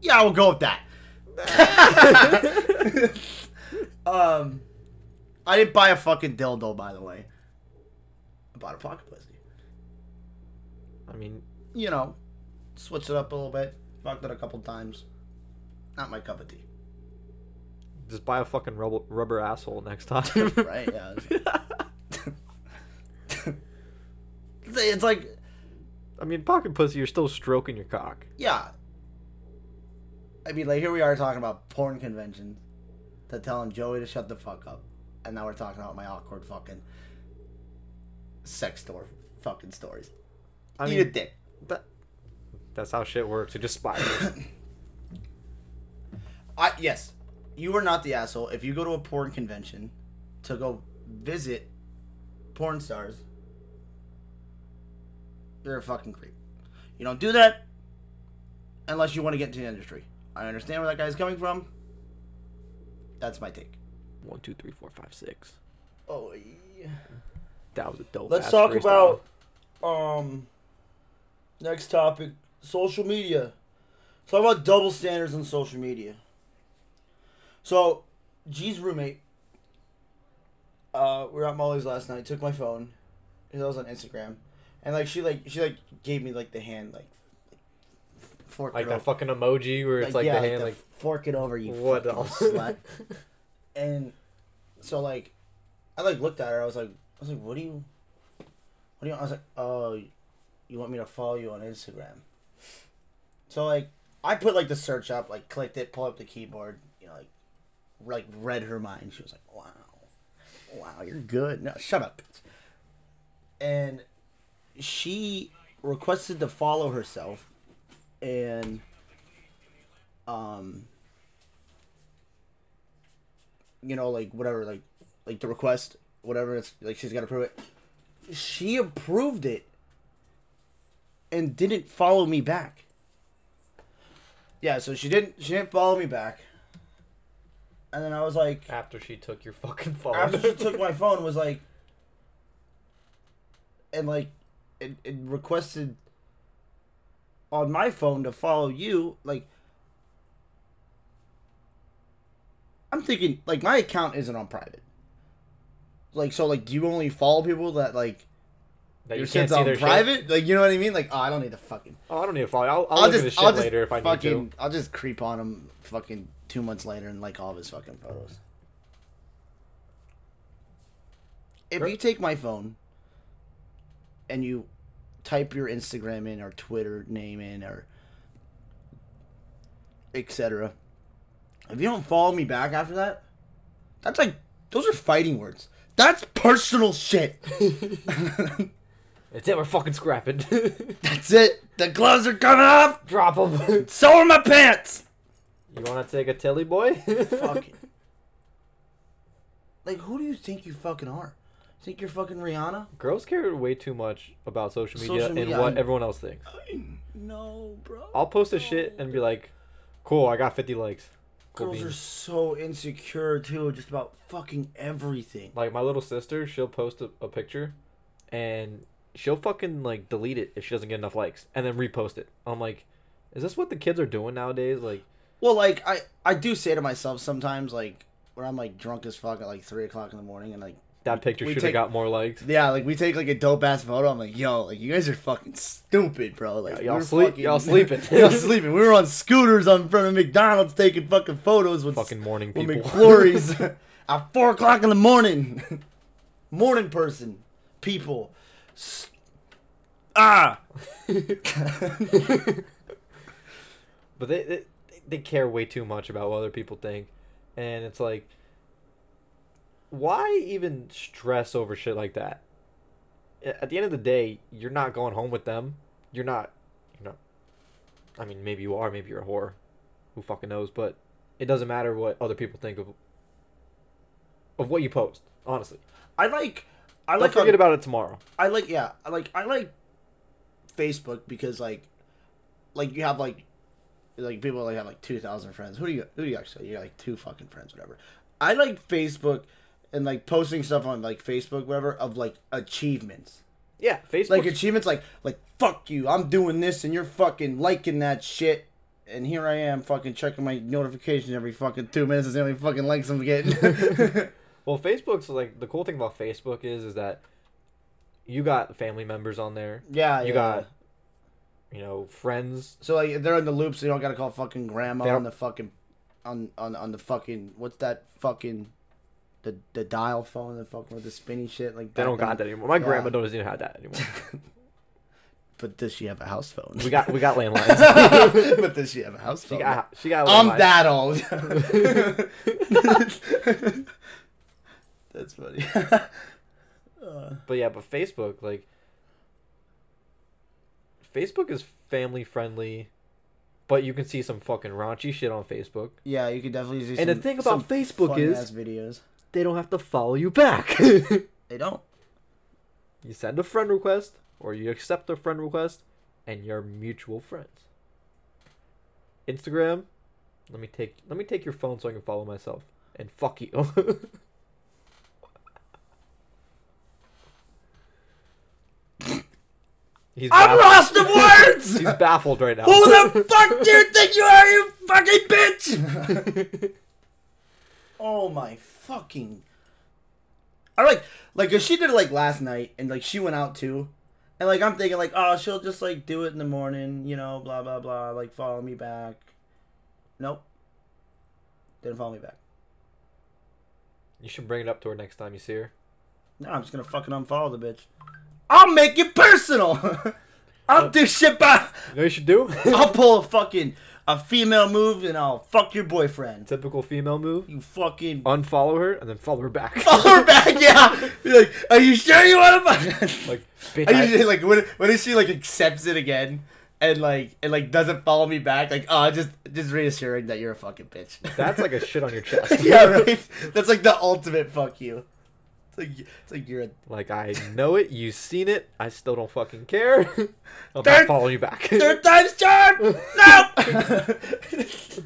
Speaker 2: Yeah, I will go with that. um, I didn't buy a fucking dildo, by the way. I bought a pocket pussy.
Speaker 3: I mean,
Speaker 2: You know, switched it up a little bit. Fucked it a couple times. Not my cup of tea.
Speaker 3: just buy a fucking rubber, rubber asshole next time.
Speaker 2: Right? Yeah. it's like,
Speaker 3: I mean, pocket pussy, you're still stroking your cock.
Speaker 2: yeah. I mean, like here we are talking about porn conventions, to telling Joey to shut the fuck up, and now we're talking about my awkward fucking sex store fucking stories.
Speaker 3: I
Speaker 2: Eat
Speaker 3: mean,
Speaker 2: a dick.
Speaker 3: that- that's how shit works. It just spirals.
Speaker 2: I yes, you are not the asshole. If you go to a porn convention to go visit porn stars, you're a fucking creep. You don't do that unless you want to get into the industry. I understand where that guy's coming from. That's my take.
Speaker 3: One, two, three, four, five, six.
Speaker 2: Oh,
Speaker 3: That was a dope.
Speaker 2: Let's
Speaker 3: ass
Speaker 2: talk
Speaker 3: freestyle.
Speaker 2: about um next topic, social media. Let's talk about double standards on social media. So, G's roommate, uh, we were at Molly's last night. Took my phone, because I was on Instagram, and like she like she like gave me like the hand like fork
Speaker 3: like
Speaker 2: it
Speaker 3: that
Speaker 2: over.
Speaker 3: fucking emoji where it's like, the hand, like,
Speaker 2: fork it over you
Speaker 3: what
Speaker 2: fucking
Speaker 3: else?
Speaker 2: slut. and so like I like looked at her. I was like, I was like, what do you, what do you? I was like, oh, you want me to follow you on Instagram? So like, I put like the search up, like clicked it, pull up the keyboard, you know, like, re- like read her mind. She was like, wow, wow, you're good. No, shut up. bitch. And she requested to follow herself, and um you know, like whatever, like like the request, whatever. It's like she's got to approve it. She approved it and didn't follow me back. Yeah, so she didn't she didn't follow me back. And then I was like,
Speaker 3: after she took your fucking phone.
Speaker 2: after she took my phone, was like, and like, and, and requested on my phone to follow you. Like, I'm thinking like my account isn't on private. Like, so like, do you only follow people that like
Speaker 3: that
Speaker 2: your
Speaker 3: you
Speaker 2: shit's
Speaker 3: can't see
Speaker 2: on
Speaker 3: their shit.
Speaker 2: private? Like, you know what I mean? Like, oh, I don't need to fucking.
Speaker 3: Oh, I don't need to follow. I'll, I'll,
Speaker 2: I'll,
Speaker 3: look at this
Speaker 2: just,
Speaker 3: shit
Speaker 2: I'll just
Speaker 3: later if I need
Speaker 2: fucking,
Speaker 3: to.
Speaker 2: I'll just creep on him fucking two months later and like all of his fucking photos. If
Speaker 3: Sure.
Speaker 2: you take my phone and you type your Instagram in or Twitter name in or etc. If you don't follow me back after that, that's like those are fighting words. That's personal shit.
Speaker 3: It's it. We're fucking scrapping.
Speaker 2: That's it. The gloves are coming off.
Speaker 3: Drop them.
Speaker 2: So are my pants.
Speaker 3: You want to take a Tilly boy?
Speaker 2: fucking. Like, who do you think you fucking are? Think you're fucking Rihanna?
Speaker 3: Girls care way too much about social media,
Speaker 2: Social media,
Speaker 3: and what
Speaker 2: I'm-
Speaker 3: everyone else thinks.
Speaker 2: No, bro.
Speaker 3: I'll post a shit and be like, "Cool, I got 50 likes." Cool
Speaker 2: Girls are
Speaker 3: beans.
Speaker 2: so insecure too, just about fucking everything.
Speaker 3: Like my little sister, she'll post a, a picture, and she'll fucking like delete it if she doesn't get enough likes, and then repost it. I'm like, is this what the kids are doing nowadays? Like,
Speaker 2: Well, like I, I do say to myself sometimes, like when I'm like drunk as fuck at like three o'clock in the morning, and like
Speaker 3: that picture
Speaker 2: we
Speaker 3: should have
Speaker 2: take-
Speaker 3: got more likes.
Speaker 2: yeah, like we take like a dope ass photo. I'm like, yo, like you guys are fucking stupid, bro. Like
Speaker 3: Yeah, y'all
Speaker 2: we're
Speaker 3: sleep- y'all sleeping.
Speaker 2: y'all sleeping. We were on scooters on front of McDonald's taking fucking photos with
Speaker 3: Fucking morning
Speaker 2: with
Speaker 3: people.
Speaker 2: McFlurries at four o'clock in the morning. morning person, people. S- ah,
Speaker 3: but they, they they care way too much about what other people think and it's like why even stress over shit like that A- at the end of the day you're not going home with them you're not you're not i mean maybe you are maybe you're a whore who fucking knows but it doesn't matter what other people think of of what you post honestly
Speaker 2: I like. I
Speaker 3: don't
Speaker 2: like.
Speaker 3: forget
Speaker 2: on-
Speaker 3: about it tomorrow
Speaker 2: I like yeah, I like I like Facebook because like like you have like like people like have like two thousand friends. Who do you who do you actually? You got like two fucking friends, whatever. I like Facebook and like posting stuff on like Facebook, whatever, of like achievements.
Speaker 3: yeah facebook
Speaker 2: Like achievements like like fuck you, I'm doing this and you're fucking liking that shit. And here I am fucking checking my notifications every fucking two minutes and see how many fucking likes I'm getting.
Speaker 3: Well, Facebook's like the cool thing about Facebook is is that you got family members on there.
Speaker 2: Yeah,
Speaker 3: You
Speaker 2: yeah.
Speaker 3: got you know friends.
Speaker 2: So like they're in the loop, so you don't gotta call fucking grandma
Speaker 3: They don't-
Speaker 2: on the fucking on on on the fucking what's that fucking the the dial phone the fucking with the spinny shit like
Speaker 3: They don't
Speaker 2: back
Speaker 3: got
Speaker 2: then.
Speaker 3: that anymore. My
Speaker 2: Yeah.
Speaker 3: grandma doesn't even have that anymore.
Speaker 2: But does she have a house phone?
Speaker 3: We got we got landlines.
Speaker 2: but does she have a house phone?
Speaker 3: she got she got.
Speaker 2: I'm
Speaker 3: landlines.
Speaker 2: that old. That's funny.
Speaker 3: But yeah, but Facebook like Facebook is family friendly, but you can see some fucking raunchy shit on Facebook.
Speaker 2: yeah, you could definitely see.
Speaker 3: And the
Speaker 2: some-
Speaker 3: thing about
Speaker 2: some
Speaker 3: Facebook
Speaker 2: funny
Speaker 3: is-
Speaker 2: ass videos.
Speaker 3: They don't have to follow you back.
Speaker 2: They don't.
Speaker 3: you send a friend request or you accept a friend request and you're mutual friends instagram let me take let me take your phone so i can follow myself and fuck you he's
Speaker 2: I'm
Speaker 3: baffled.
Speaker 2: lost of words.
Speaker 3: he's baffled right now
Speaker 2: Who the fuck do you think you are, you fucking bitch? oh my fucking! I like like if she did it like last night, and like she went out too, And like I'm thinking like, oh, she'll just like do it in the morning, you know, blah blah blah, like follow me back. Nope. Didn't follow me back.
Speaker 3: You should bring it up to her next time you see her.
Speaker 2: No, I'm just gonna fucking unfollow the bitch. I'll make it personal. I'll do shit by.
Speaker 3: You know what you should do?
Speaker 2: I'll pull a fucking a female move and I'll fuck your boyfriend.
Speaker 3: Typical female move.
Speaker 2: You fucking
Speaker 3: Unfollow her and then follow her back.
Speaker 2: follow her back, yeah. Be like, are you sure you want to fuck?
Speaker 3: like, bitch,
Speaker 2: I
Speaker 3: I-
Speaker 2: usually like when when if she like accepts it again and like and like doesn't follow me back, like oh just just reassuring that you're a fucking bitch.
Speaker 3: that's like a shit on your chest.
Speaker 2: yeah, right. That's like the ultimate fuck you. It's like it's like you're a
Speaker 3: Like I know it, you've seen it. I still don't fucking care. I'm
Speaker 2: Third-
Speaker 3: not following you back.
Speaker 2: third time's charm.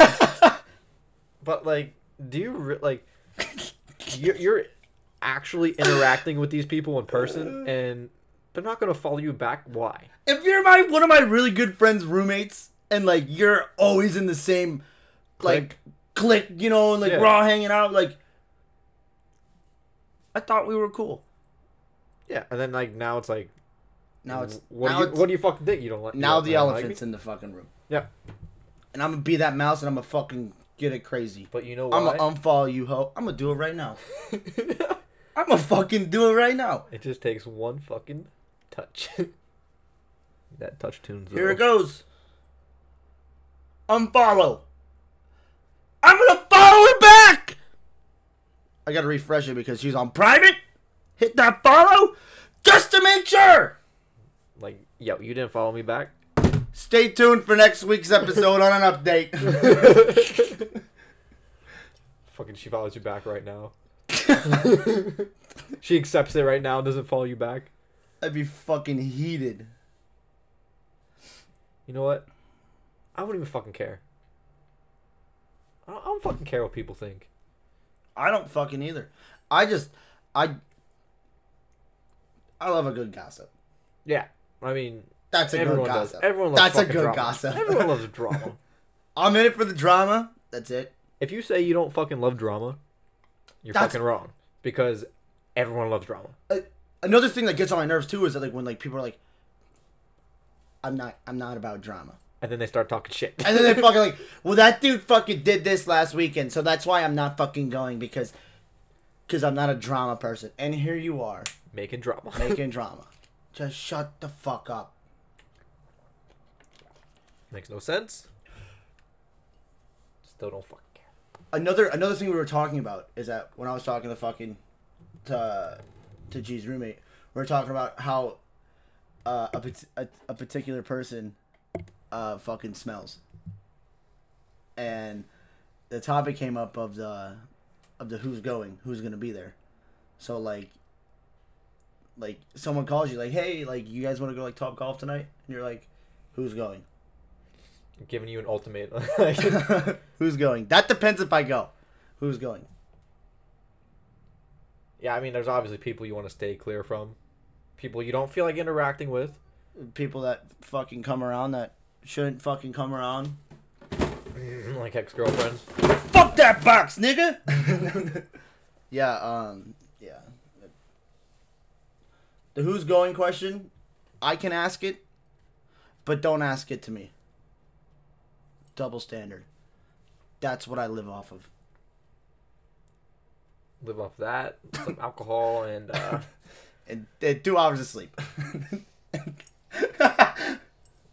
Speaker 2: no.
Speaker 3: but like, do you re- like you're, you're actually interacting with these people in
Speaker 2: Uh.
Speaker 3: person, and they're not gonna follow you back? Why?
Speaker 2: if you're my one of my really good friend's roommates and like you're always in the same like click, you know, and like
Speaker 3: Yeah.
Speaker 2: we're all hanging out like I thought we were cool.
Speaker 3: Yeah, and then like now it's like
Speaker 2: Now it's
Speaker 3: what
Speaker 2: now
Speaker 3: do you,
Speaker 2: it's,
Speaker 3: what do you fucking think? You don't like you
Speaker 2: now
Speaker 3: don't-
Speaker 2: the
Speaker 3: you don't like me?
Speaker 2: elephant's in the fucking room.
Speaker 3: Yeah,
Speaker 2: And I'm gonna be that mouse and I'm gonna fucking get it crazy.
Speaker 3: but you know
Speaker 2: I'm
Speaker 3: why?
Speaker 2: gonna unfollow you, ho. I'm gonna do it right now. I'm gonna fucking do it right now.
Speaker 3: it just takes one fucking touch. that touch tunes.
Speaker 2: Here it
Speaker 3: though.
Speaker 2: goes. Unfollow. I'm gonna follow her back. I gotta refresh it because she's on private. Hit that follow just to make sure.
Speaker 3: Like, yo, you didn't follow me back.
Speaker 2: Stay tuned for next week's episode on an update.
Speaker 3: Fucking, she follows you back right now. she accepts it right now. Doesn't follow you back.
Speaker 2: I'd be fucking heated.
Speaker 3: You know what? I wouldn't even fucking care. I don't, I don't fucking care what people think.
Speaker 2: I don't fucking either. I just I I love a good gossip.
Speaker 3: Yeah, I mean,
Speaker 2: That's a
Speaker 3: everyone
Speaker 2: good
Speaker 3: does.
Speaker 2: gossip.
Speaker 3: Everyone loves.
Speaker 2: That's a
Speaker 3: fucking
Speaker 2: good
Speaker 3: drama.
Speaker 2: gossip.
Speaker 3: Everyone loves drama.
Speaker 2: I'm in it for the drama. That's it.
Speaker 3: If you say you don't fucking love drama, you're
Speaker 2: That's-
Speaker 3: fucking wrong because everyone loves drama.
Speaker 2: Uh, another thing that gets on my nerves too is that like when like people are like, I'm not I'm not about drama,
Speaker 3: And then they start talking shit.
Speaker 2: and then they fucking like, well that dude fucking did this last weekend, so that's why I'm not fucking going because, because I'm not a drama person, and here you are
Speaker 3: making drama.
Speaker 2: making drama. Just shut the fuck up.
Speaker 3: Makes no sense. Still don't fucking care.
Speaker 2: another another thing we were talking about is that when I was talking to fucking to to G's roommate, we were talking about how uh, a, pat- a a particular person uh, fucking smells, and the topic came up of the of the who's going, who's gonna be there, so like. Like someone calls you, like, "Hey, like, you guys want to go like top golf tonight?" And you're like, "Who's going?
Speaker 3: giving you an ultimatum. Like,
Speaker 2: who's going? That depends if I go. Who's going?
Speaker 3: yeah, I mean, there's obviously people you want to stay clear from, people you don't feel like interacting with.
Speaker 2: people that fucking come around that shouldn't fucking come around.
Speaker 3: like ex girlfriends.
Speaker 2: Fuck that box, nigga. yeah, um, yeah. The who's going question, I can ask it, but don't ask it to me. Double standard. That's what I live off of.
Speaker 3: Live off that, some alcohol, and uh,
Speaker 2: And, and two hours of sleep.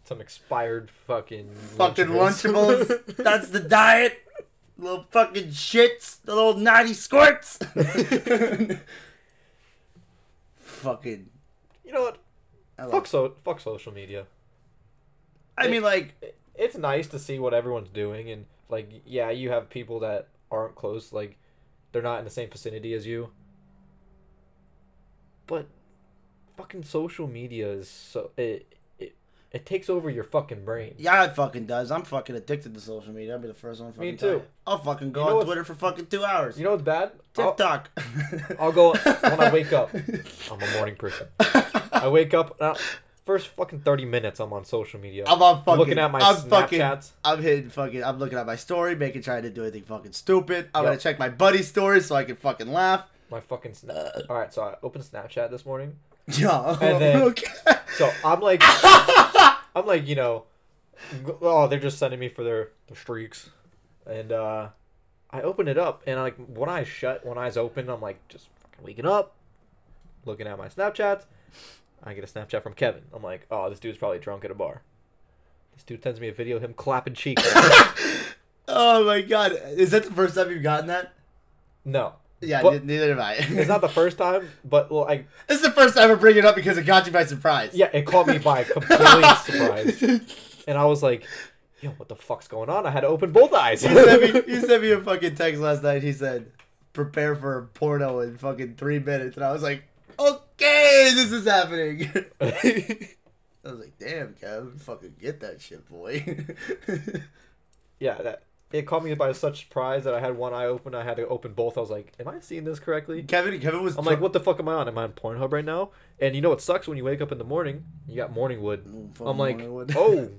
Speaker 3: some expired fucking
Speaker 2: fucking Lunchables. That's the diet. Little fucking shits. The little naughty squirts. fucking.
Speaker 3: you know what?
Speaker 2: I,
Speaker 3: Fuck
Speaker 2: love,
Speaker 3: so fuck social media.
Speaker 2: I mean, like,
Speaker 3: It- It's nice to see what everyone's doing, and like, yeah, you have people that aren't close, like, they're not in the same vicinity as you. But fucking social media is so it it it takes over your fucking brain.
Speaker 2: yeah, it fucking does. I'm fucking addicted to social media. I'll be the first one to fucking
Speaker 3: Me
Speaker 2: tell
Speaker 3: too.
Speaker 2: you. I'll fucking go
Speaker 3: You know
Speaker 2: on
Speaker 3: what's-
Speaker 2: Twitter for fucking two hours.
Speaker 3: You know what's bad? I'll-
Speaker 2: TikTok.
Speaker 3: I'll go when I wake up. I'm a morning person. I wake up and I, first fucking thirty minutes. I'm on social media.
Speaker 2: I'm on fucking.
Speaker 3: looking at my
Speaker 2: I'm Fucking,
Speaker 3: Snapchats.
Speaker 2: I'm hitting fucking. I'm looking at my story, making trying to do anything fucking stupid. I'm
Speaker 3: Yep.
Speaker 2: gonna check my buddy's story so I can fucking laugh.
Speaker 3: My fucking. Sna- All right, so I opened Snapchat this morning.
Speaker 2: Yeah.
Speaker 3: And then-
Speaker 2: okay.
Speaker 3: So I'm like, I'm like, you know, g- oh, they're just sending me for their, their streaks, and uh, I open it up, and like one eye shut, one eye's open. I'm like, just fucking waking up, looking at my Snapchats. I get a Snapchat from Kevin. I'm like, oh, this dude's probably drunk at a bar. This dude sends me a video of him clapping cheeks.
Speaker 2: Oh my god. Is that the first time you've gotten that?
Speaker 3: no,
Speaker 2: Yeah,
Speaker 3: But-
Speaker 2: ne- neither have I.
Speaker 3: it's not the first time, but well, I
Speaker 2: This is the first time I bring it up because it got you by surprise.
Speaker 3: yeah, it caught me by complete surprise, and I was like, yo, what the fuck's going on? I had to open both eyes.
Speaker 2: he, sent me, he sent me a fucking text last night. He said, prepare for a porno in fucking three minutes. And I was like, okay, this is happening. I was like, damn, Kev, fucking get that shit, boy.
Speaker 3: yeah, that it caught me by such surprise that I had one eye open. I had to open both. I was like, "Am I seeing this correctly?"
Speaker 2: Kevin, Kevin was.
Speaker 3: I'm like, "What the fuck am I on? Am I on Pornhub right now?" And you know what sucks when you wake up in the morning, you got morning wood.
Speaker 2: fucking
Speaker 3: I'm like,
Speaker 2: morning wood.
Speaker 3: "Oh,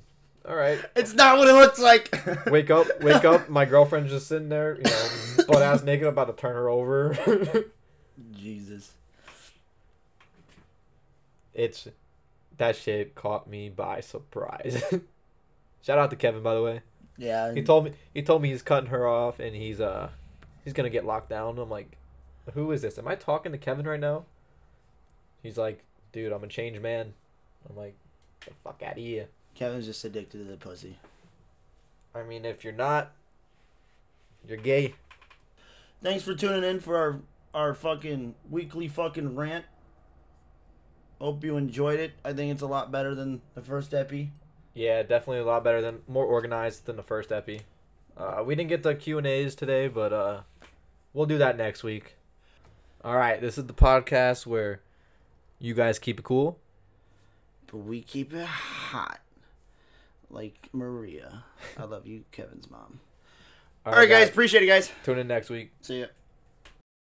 Speaker 3: all right."
Speaker 2: It's not what it looks like.
Speaker 3: Wake up, wake up. My girlfriend's just sitting there, you know, butt ass naked. I'm about to turn her over.
Speaker 2: Jesus.
Speaker 3: it's that shit caught me by surprise. Shout out to Kevin, by the way.
Speaker 2: Yeah.
Speaker 3: He told me he told me he's cutting her off and he's uh he's gonna get locked down. I'm like, who is this? Am I talking to Kevin right now? He's like, dude, I'm a changed man. I'm like, the fuck out of here.
Speaker 2: Kevin's just addicted to the pussy.
Speaker 3: I mean, if you're not, you're gay.
Speaker 2: Thanks for tuning in for our our fucking weekly fucking rant. Hope you enjoyed it. I think it's a lot better than the first E epi.
Speaker 3: Yeah, definitely a lot better than more organized than the first epi. Uh, we didn't get the Q and A's today, but uh, we'll do that next week. All right, this is the podcast where you guys keep it cool.
Speaker 2: But we keep it hot. Like Maria. I love you, Kevin's mom. All right, guys. Appreciate it, guys.
Speaker 3: Tune in next week.
Speaker 2: See ya.